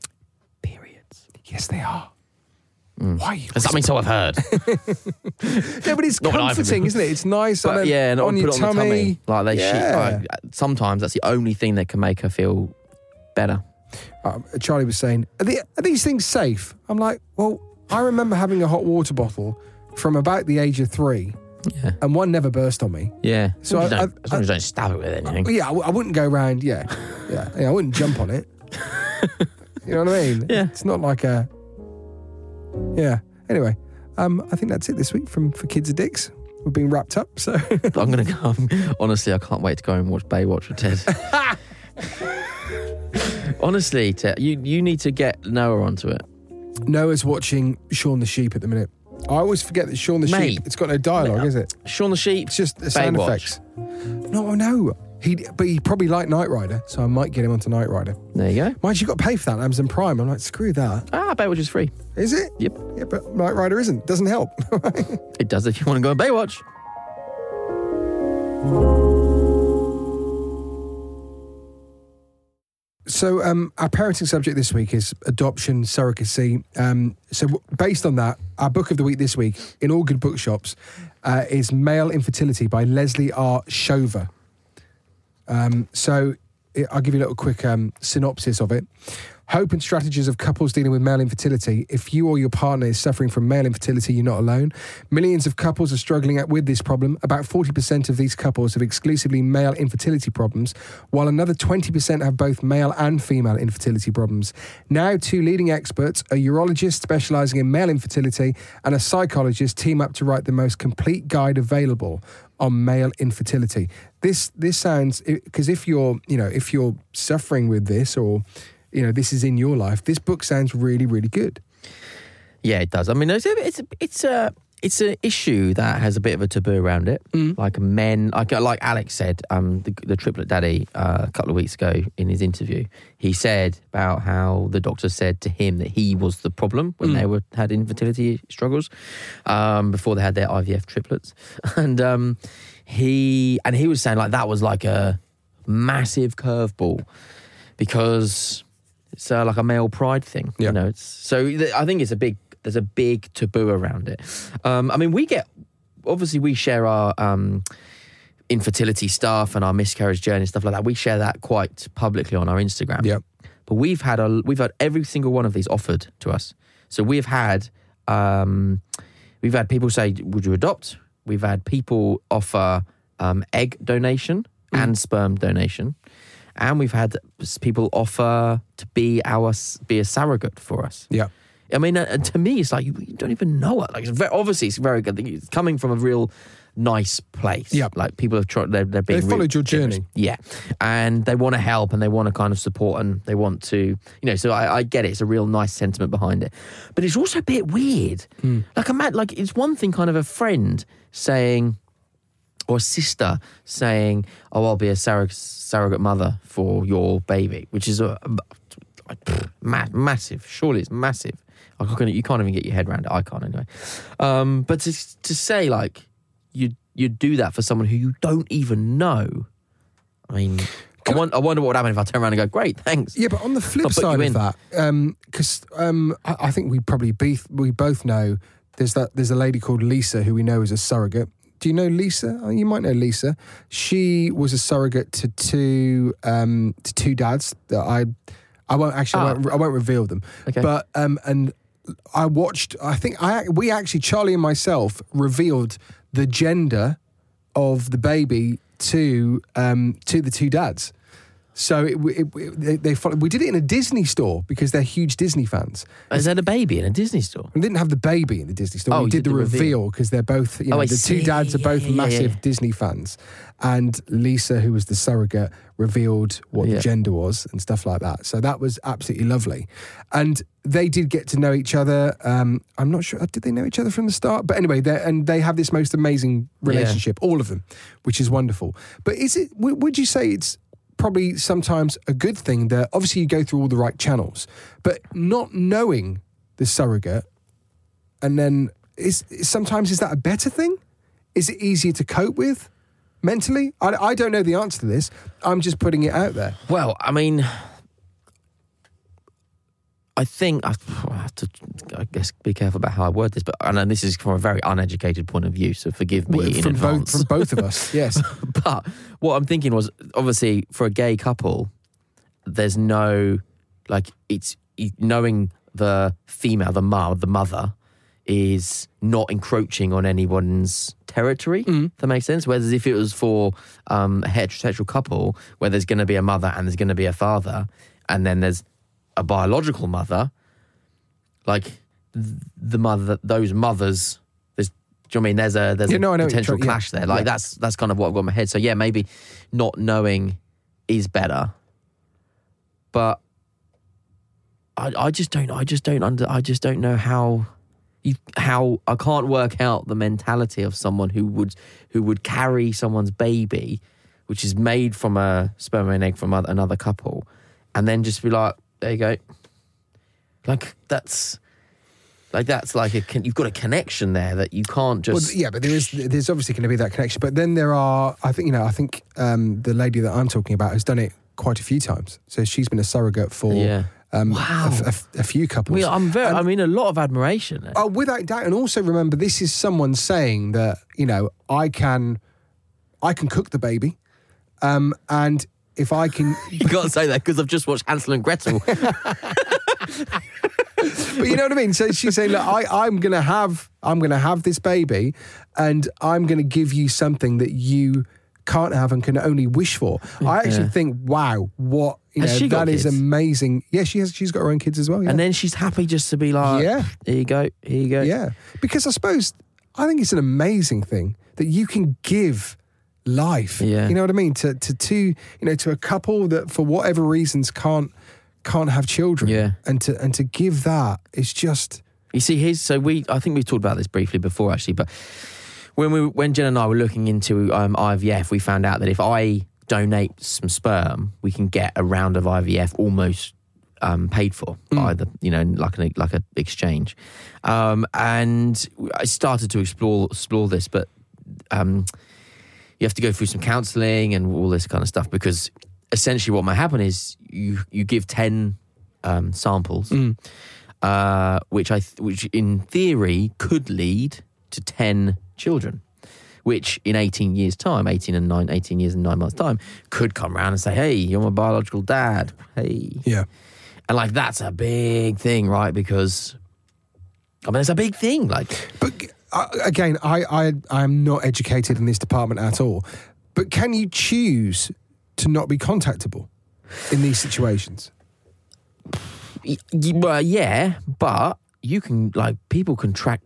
S1: periods.
S2: Yes, they are.
S1: Mm.
S2: Why? Are you *laughs*
S1: That's something so I've heard.
S2: no, but it's
S1: Not what I've
S2: comforting,
S1: been-
S2: isn't it? It's nice on,
S1: But
S2: a-
S1: yeah, and
S2: on
S1: put
S2: your
S1: it on the tummy. Like they
S2: Yeah.
S1: she, like, sometimes that's the only thing that can make her feel better.
S2: um, Charlie was saying, are, the are these things safe? I'm like, well, I remember having a hot water bottle from about the age of three,
S1: Yeah.
S2: and one never burst on me.
S1: Yeah.
S2: So
S1: So as
S2: I-
S1: long as, you don't,
S2: I-
S1: as long as you don't stab it with anything.
S2: But yeah, I, w- I wouldn't go round. Yeah, yeah, yeah, I wouldn't jump on it. *laughs* you know what I mean?
S1: Yeah.
S2: It's not like a. Yeah. Anyway, um, I think that's it this week from for kids of dicks. We've been wrapped up, so *laughs*
S1: I'm gonna go. um, Honestly, I can't wait to go and watch Baywatch with Ted. Honestly, Ted, you you need to get Noah onto it.
S2: Noah's watching Shaun the Sheep at the minute. I always forget that Shaun the
S1: Mate.
S2: Sheep. It's got no dialogue, is it?
S1: Shaun the Sheep.
S2: It's just the sound
S1: Baywatch.
S2: effects. No, I know. He, but he probably liked Knight Rider, so I might get him onto Knight Rider.
S1: There you go.
S2: Mind you, have got to pay for that on Amazon Prime. I'm like, screw that.
S1: Ah, Baywatch is free.
S2: Is it?
S1: Yep.
S2: Yeah, but Knight Rider isn't. Doesn't help. *laughs*
S1: It does if you want to go on Baywatch.
S2: so um, our parenting subject this week is adoption, surrogacy. Um, so w- based on that, our book of the week this week in all good bookshops uh, is Male Infertility by Leslie R. Shover. Um, so i I'll give you a little quick um, synopsis of it. Hope and strategies of couples dealing with male infertility. If you or your partner is suffering from male infertility, you're not alone. Millions of couples are struggling at- with this problem. About 40% of these couples have exclusively male infertility problems, while another 20% have both male and female infertility problems. Now, two leading experts, a urologist specializing in male infertility and a psychologist, team up to write the most complete guide available on male infertility. This this sounds because if you're you know if you're suffering with this or you know this is in your life, this book sounds really really good.
S1: Yeah, it does. I mean, it's a, it's a, it's a it's an issue that has a bit of a taboo around it. Like men, like like Alex said, um, the, the triplet daddy uh, a couple of weeks ago in his interview, he said about how the doctor said to him that he was the problem when they were had infertility struggles, um, before they had their IVF triplets, *laughs* and um, he and he was saying like that was like a massive curveball because it's uh, like a male pride thing.
S2: Yeah.
S1: You know, it's so th- I think it's a big there's a big taboo around it. Um, I mean, we get obviously we share our um, infertility stuff and our miscarriage journey and stuff like that. We share that quite publicly on our Instagram.
S2: Yep.
S1: But we've had a we've had every single one of these offered to us. So we've had um, we've had people say, "Would you adopt?" We've had people offer um, egg donation and sperm donation, and we've had s- people offer to be our s- be a surrogate for us.
S2: Yeah,
S1: I mean, uh, uh, to me, it's like you, you don't even know it. Like, it's very, obviously, it's very good. thing. It's coming from a real nice place.
S2: Yeah.
S1: like people have tried. They're, they're being
S2: They followed your
S1: generous.
S2: journey.
S1: Yeah, and they want to help and they want to kind of support and they want to, you know. So I, I get it. It's a real nice sentiment behind it, but it's also a bit weird.
S2: Hmm.
S1: Like I'm at, like it's one thing, kind of a friend saying, or a sister saying, "Oh, I'll be a surrog- surrogate mother for your baby," which is a, a- pfft, ma- massive. Surely it's massive. I can't, you can't even get your head around it. I can't anyway. Um, but to to say like you you do that for someone who you don't even know. I mean, I, won- I wonder what would happen if I turn around and go, "Great, thanks."
S2: yeah. But on the flip
S1: I'll put
S2: side
S1: you
S2: of
S1: in.
S2: that, because um, I, I think we probably beef, we both know there's that there's a lady called Lisa who we know is a surrogate. Do you know Lisa? Oh, you might know Lisa. She was a surrogate to two um, to two dads that I I won't actually I,
S1: Ah.
S2: won't, I won't reveal them.
S1: Okay.
S2: But um, and I watched. I think I we actually Charlie and myself revealed the gender of the baby to um, to the two dads. So it, it, it, they, they followed, we did it in a Disney store because they're huge Disney fans.
S1: Is that a baby in a Disney store?
S2: We didn't have the baby in the Disney store.
S1: Oh,
S2: we
S1: you Oh,
S2: did, the reveal because they're both, you know,
S1: I
S2: the two
S1: see.
S2: dads are both
S1: Yeah, yeah, yeah,
S2: massive
S1: yeah.
S2: Disney fans. And Lisa, who was the surrogate, revealed what
S1: Yeah.
S2: the gender was and stuff like that. So that was absolutely lovely. And they did get to know each other. Um, I'm not sure, did they know each other from the start? But anyway, they're- and they have this most amazing relationship, all of them, which is wonderful. But is it, w- would you say it's, probably sometimes a good thing that obviously you go through all the right channels, but not knowing the surrogate and then is sometimes is that a better thing? Is it easier to cope with mentally? I, I don't know the answer to this. I'm just putting it out there.
S1: Well, I mean, I think I I have to, I guess, be careful about how I word this, but I know this is from a very uneducated point of view, so forgive me in
S2: from both
S1: advance.
S2: from both
S1: *laughs*
S2: of us, yes.
S1: but what I'm thinking was obviously for a gay couple, there's no like it's knowing the female, the mum, the mother is not encroaching on anyone's territory.
S2: Mm.
S1: If that makes sense. Whereas if it was for um, a heterosexual couple, where there's going to be a mother and there's going to be a father, and then there's a biological mother, like th- the mother, those mothers. There's, do you know what I mean? There's a there's
S2: Yeah, no, I
S1: a
S2: know what you're
S1: potential
S2: trying- yeah,
S1: clash there. Like
S2: yeah.
S1: that's that's kind of what I've got in my head. So yeah, maybe not knowing is better, but I I just don't I just don't under I just don't know how. you- you, how I can't work out the mentality of someone who would who would carry someone's baby, which is made from a sperm and egg from oth- another couple, and then just be like, there you go. Like that's like that's like a con- you've got a connection there that you can't
S2: Well,
S1: just
S2: yeah, but there is there's obviously going to be that connection. But then there are, I think you know, I think um, the lady that I'm talking about has done it quite a few times. So she's been a surrogate for
S1: Yeah.
S2: um,
S1: Wow.
S2: a f- a, f- a few couples.
S1: I mean, I'm very, I mean, a lot of admiration. there.
S2: Oh, without doubt. And also remember, this is someone saying that you know I can, I can cook the baby, um, and if I
S1: *laughs*
S2: can, *laughs*
S1: You can't say that because *laughs* I've just watched Hansel and Gretel.
S2: but you know what I mean. So she's saying, look, I, I'm gonna have, I'm gonna have this baby, and I'm gonna give you something that you can't have and can only wish for. I actually think, wow, what you
S1: Has
S2: know,
S1: she got
S2: that is
S1: kids?
S2: amazing. Yeah, she has. She's got her own kids as well. Yeah.
S1: And then she's happy just to be like,
S2: Yeah.
S1: here you go, here you go.
S2: Yeah, because I suppose I think it's an amazing thing that you can give life.
S1: Yeah.
S2: you know what I mean to to two, you know, to a couple that for whatever reasons can't can't have children.
S1: Yeah.
S2: and to and to give that is just
S1: You see, here's so we. I think we've talked about this briefly before, actually, but when we when Jen and I were looking into um, IVF, we found out that if I donate some sperm, we can get a round of IVF almost um, paid for by the you know like an like an exchange. Um, and I started to explore explore this, but um, you have to go through some counselling and all this kind of stuff because essentially what might happen is you you give ten um, samples, uh, which I th- which in theory could lead to ten children, which in eighteen years time, eighteen and nine, 18 years and nine months time, could come around and say, "Hey, you're my biological dad." Hey,
S2: yeah.
S1: and like that's a big thing, right? Because I mean, it's a big thing. Like,
S2: But uh, again, I I I am not educated in this department at all. But can you choose to not be contactable in these situations?
S1: y- y- well, yeah, but you can like people can track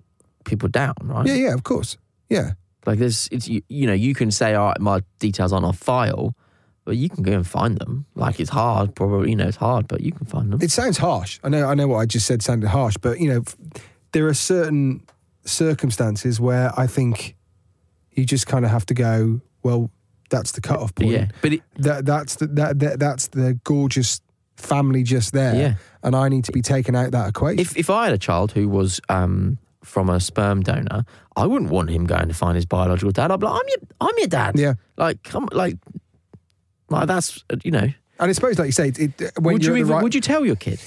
S1: people down, right?
S2: Yeah, yeah, of course. Yeah,
S1: Like there's, it's you, you know, you can say, all right, my details aren't on file, but you can go and find them. Like it's hard, probably, you know, it's hard, but you can find them.
S2: It sounds harsh. I know. I know what I just said sounded harsh, but you know, f- there are certain circumstances where I think you just kind of have to go. Well, that's the cutoff point.
S1: yeah, but it,
S2: That that's the that, that that's the gorgeous family just there.
S1: Yeah.
S2: And I need to be taken out that equation.
S1: if if I had a child who was um, from a sperm donor, I wouldn't want him going to find his biological dad. I'd be like, I'm your, I'm your dad.
S2: Yeah.
S1: like come, like, like that's you know.
S2: and I suppose, like you say, it, it- when
S1: would
S2: you're
S1: you even
S2: at the right, Um,
S1: would you tell your kid?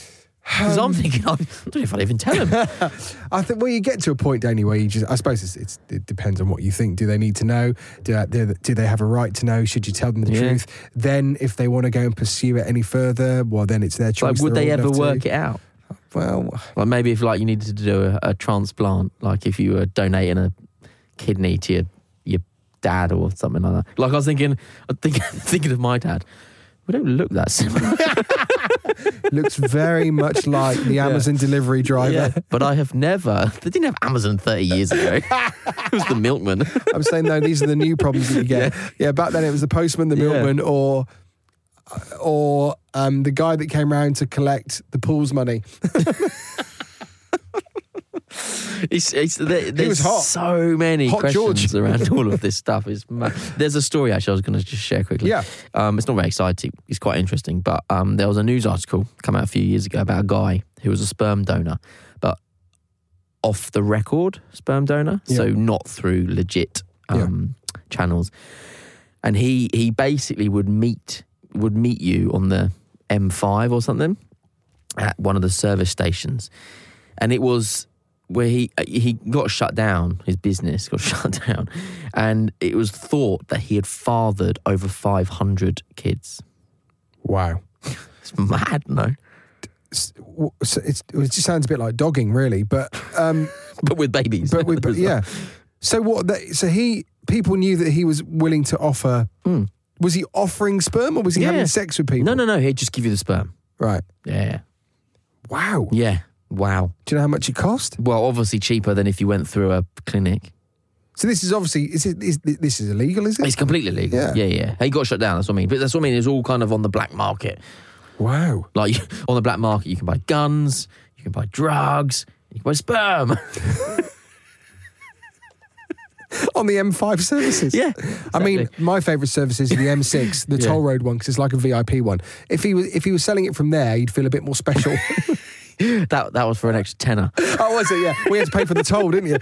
S1: Because I'm thinking, *laughs* I don't know if I'd even tell him.
S2: *laughs* I think well, you get to a point, don't you, where you just. I suppose it's, it's it depends on what you think. Do they need to know? Do they- do they, do they have a right to know? Should you tell them the
S1: Yeah.
S2: truth? Then, if they want to go and pursue it any further, well, then it's their choice.
S1: like, would
S2: They're
S1: they
S2: old
S1: ever
S2: enough to.
S1: work it out?
S2: Well, *laughs*
S1: Like maybe if like you needed to do a, a transplant, like if you were donating a kidney to your your dad or something like that. Like I was thinking, I think, thinking *laughs* of my dad. We don't look that similar,
S2: looks very much like
S1: *laughs*
S2: the Amazon delivery driver.
S1: but I have never. They didn't have Amazon thirty years ago. it was the milkman.
S2: I'm saying though, these are the new problems that you get. Yeah, back then it was the postman, the
S1: Yeah.
S2: milkman, or or um, the guy that came round to collect the pool's money.
S1: It's, it's, there, there's
S2: was hot.
S1: so many
S2: Hot
S1: questions
S2: George. *laughs*
S1: around all of this stuff. It's ma- there's a story actually I was going to just share quickly.
S2: Yeah.
S1: um, it's not very exciting. It's quite interesting, but um, there was a news article come out a few years ago about a guy who was a sperm donor, but off the record sperm donor, so not through legit um, channels. And he he basically would meet would meet you on the M5 or something at one of the service stations, and it was where he uh, he got shut down. His business got *laughs* shut down, and it was thought that he had fathered over five hundred kids.
S2: Wow.
S1: It's mad, no? *laughs*
S2: So it's, it just sounds a bit like dogging, really, but um,
S1: But with babies,
S2: but
S1: *laughs*
S2: we, but yeah. So what? They, so he people knew that he was willing to offer. Was he offering sperm or was he
S1: Hmm. Yeah.
S2: having sex with people?
S1: No, no, no. He'd just give you the sperm.
S2: Right.
S1: Yeah,
S2: Wow.
S1: yeah. Wow.
S2: Do you know how much it cost?
S1: Well, obviously cheaper than if you went through a clinic.
S2: So this is obviously is it, is, this is illegal, is it?
S1: It's completely legal.
S2: Yeah.
S1: yeah, yeah. He got shut down. That's what I mean. But that's what I mean. It's all kind of on the black market.
S2: Wow.
S1: *laughs* Like on the black market, you can buy guns, you can buy drugs, You buy sperm. *laughs*
S2: on the M5 services.
S1: Yeah,
S2: I mean,
S1: exactly.
S2: my favourite service is
S1: *laughs*
S2: the M6, the
S1: Yeah.
S2: toll road one, because it's like a VIP one. If he was if he was selling it from there, you'd feel a bit
S1: *laughs*
S2: more special. *laughs*
S1: that that was for an extra tenner.
S2: oh, was it? Yeah, we had to pay for the toll, didn't you?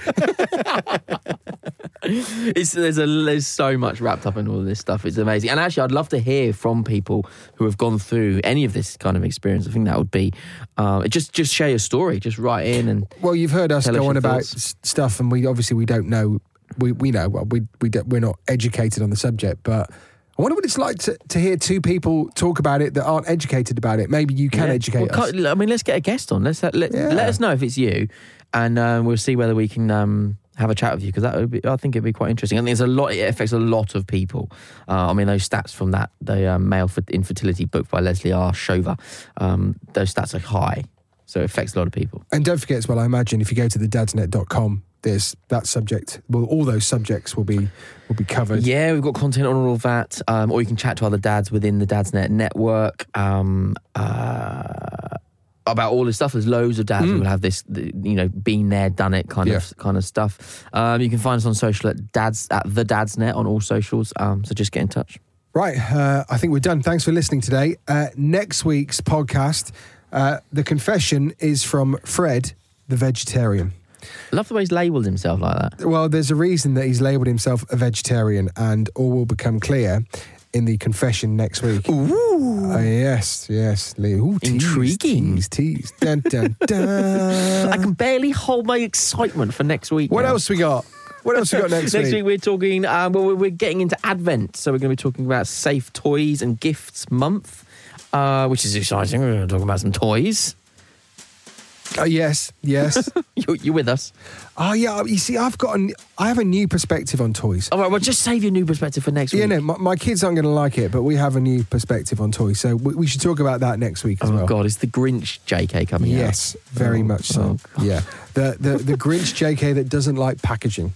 S1: It's, there's a there's so much wrapped up in all of this stuff. It's amazing, and actually, I'd love to hear from people who have gone through any of this kind of experience. I think that would be um, just just share your story, just write in, and
S2: Well, you've heard us
S1: Tell us
S2: go
S1: your
S2: on about
S1: thoughts.
S2: s- stuff, and we obviously we don't know. We we know well, we we don't, we're not educated on the subject, but. I wonder what it's like to, to hear two people talk about it that aren't educated about it. Maybe you can
S1: Yeah.
S2: educate
S1: Well,
S2: us.
S1: can't- I mean, let's get a guest on. Let's let, let,
S2: Yeah.
S1: let us know if it's you, and um, we'll see whether we can um, have a chat with you because that would be, I think it'd be quite interesting. I think there's a lot. It affects a lot of people. Uh, I mean, those stats from that the um, male for infertility book by Leslie R. Shover, um, those stats are high, so it affects a lot of people.
S2: And don't forget as well, I imagine if you go to the dadsnet.com, there's that subject. Well, all those subjects will be will be covered.
S1: Yeah, we've got content on all of that, um, or you can chat to other dads within the Dadsnet network. Um, uh, about all this stuff, there's loads of dads who will have this, th- you know, been there, done it kind of
S2: Hmm. Yeah.
S1: kind of stuff. Um, you can find us on social at dads at the Dadsnet on all socials. Um, so just get in touch.
S2: Right, uh, I think we're done. Thanks for listening today. Uh, next week's podcast, uh, the confession is from Fred, the vegetarian.
S1: I love the way he's labelled himself like that.
S2: Well, there's a reason that he's labelled himself a vegetarian, and all will become clear in the confession next week. Ooh, yes, yes, Lee. Ooh, tease,
S1: Intriguing.
S2: Tease, tease. Dun, dun, dun.
S1: I can barely hold my excitement for next week.
S2: What
S1: now.
S2: else we got? What else we got next,
S1: Next week we're talking. Um, well, we're- we're getting into Advent, so we're going to be talking about safe toys and gifts month, uh, which is exciting. We're going to talk about some toys. *laughs*
S2: Oh, yes, yes.
S1: You, you with us?
S2: oh, yeah. You see, I've got an, I have a new perspective on toys.
S1: All right. Well, just save your new perspective for next
S2: Yeah,
S1: week.
S2: no, my, my kids aren't going to like it, but we have a new perspective on toys, so we, we should talk about that next week as
S1: Oh
S2: well.
S1: God, is the Grinch JK coming out?
S2: Yes, very
S1: Oh,
S2: much so. yeah, the the the Grinch JK that doesn't like packaging.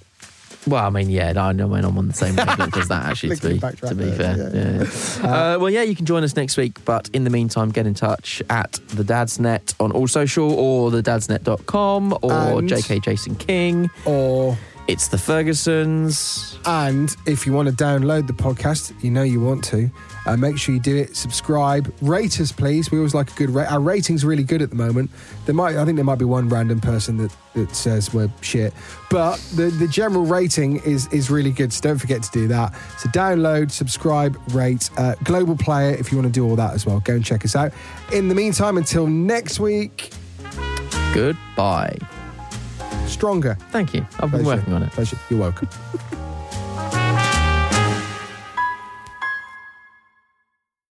S1: Well, I mean, yeah, I know when I'm on the same wavelength as that, actually, to be,
S2: Looking back
S1: to be
S2: right
S1: fair. Yeah,
S2: there,
S1: yeah. Uh, well, yeah, you can join us next week, but in the meantime, get in touch at the Dad's Net on all social or thedadsnet.com or
S2: And-
S1: JK Jason King.
S2: Or
S1: It's the Fergusons.
S2: and if you want to download the podcast, you know you want to. Uh, make sure you do it. Subscribe, rate us, please. We always like a good rate. Our rating's really good at the moment. There might, I think, there might be one random person that, that says we're shit, but the, the general rating is is really good. So don't forget to do that. So download, subscribe, rate, uh, global player if you want to do all that as well. Go and check us out. In the meantime, until next week,
S1: Goodbye.
S2: stronger.
S1: Thank you. I've been
S2: Pleasure.
S1: working on it.
S2: Pleasure. You're welcome.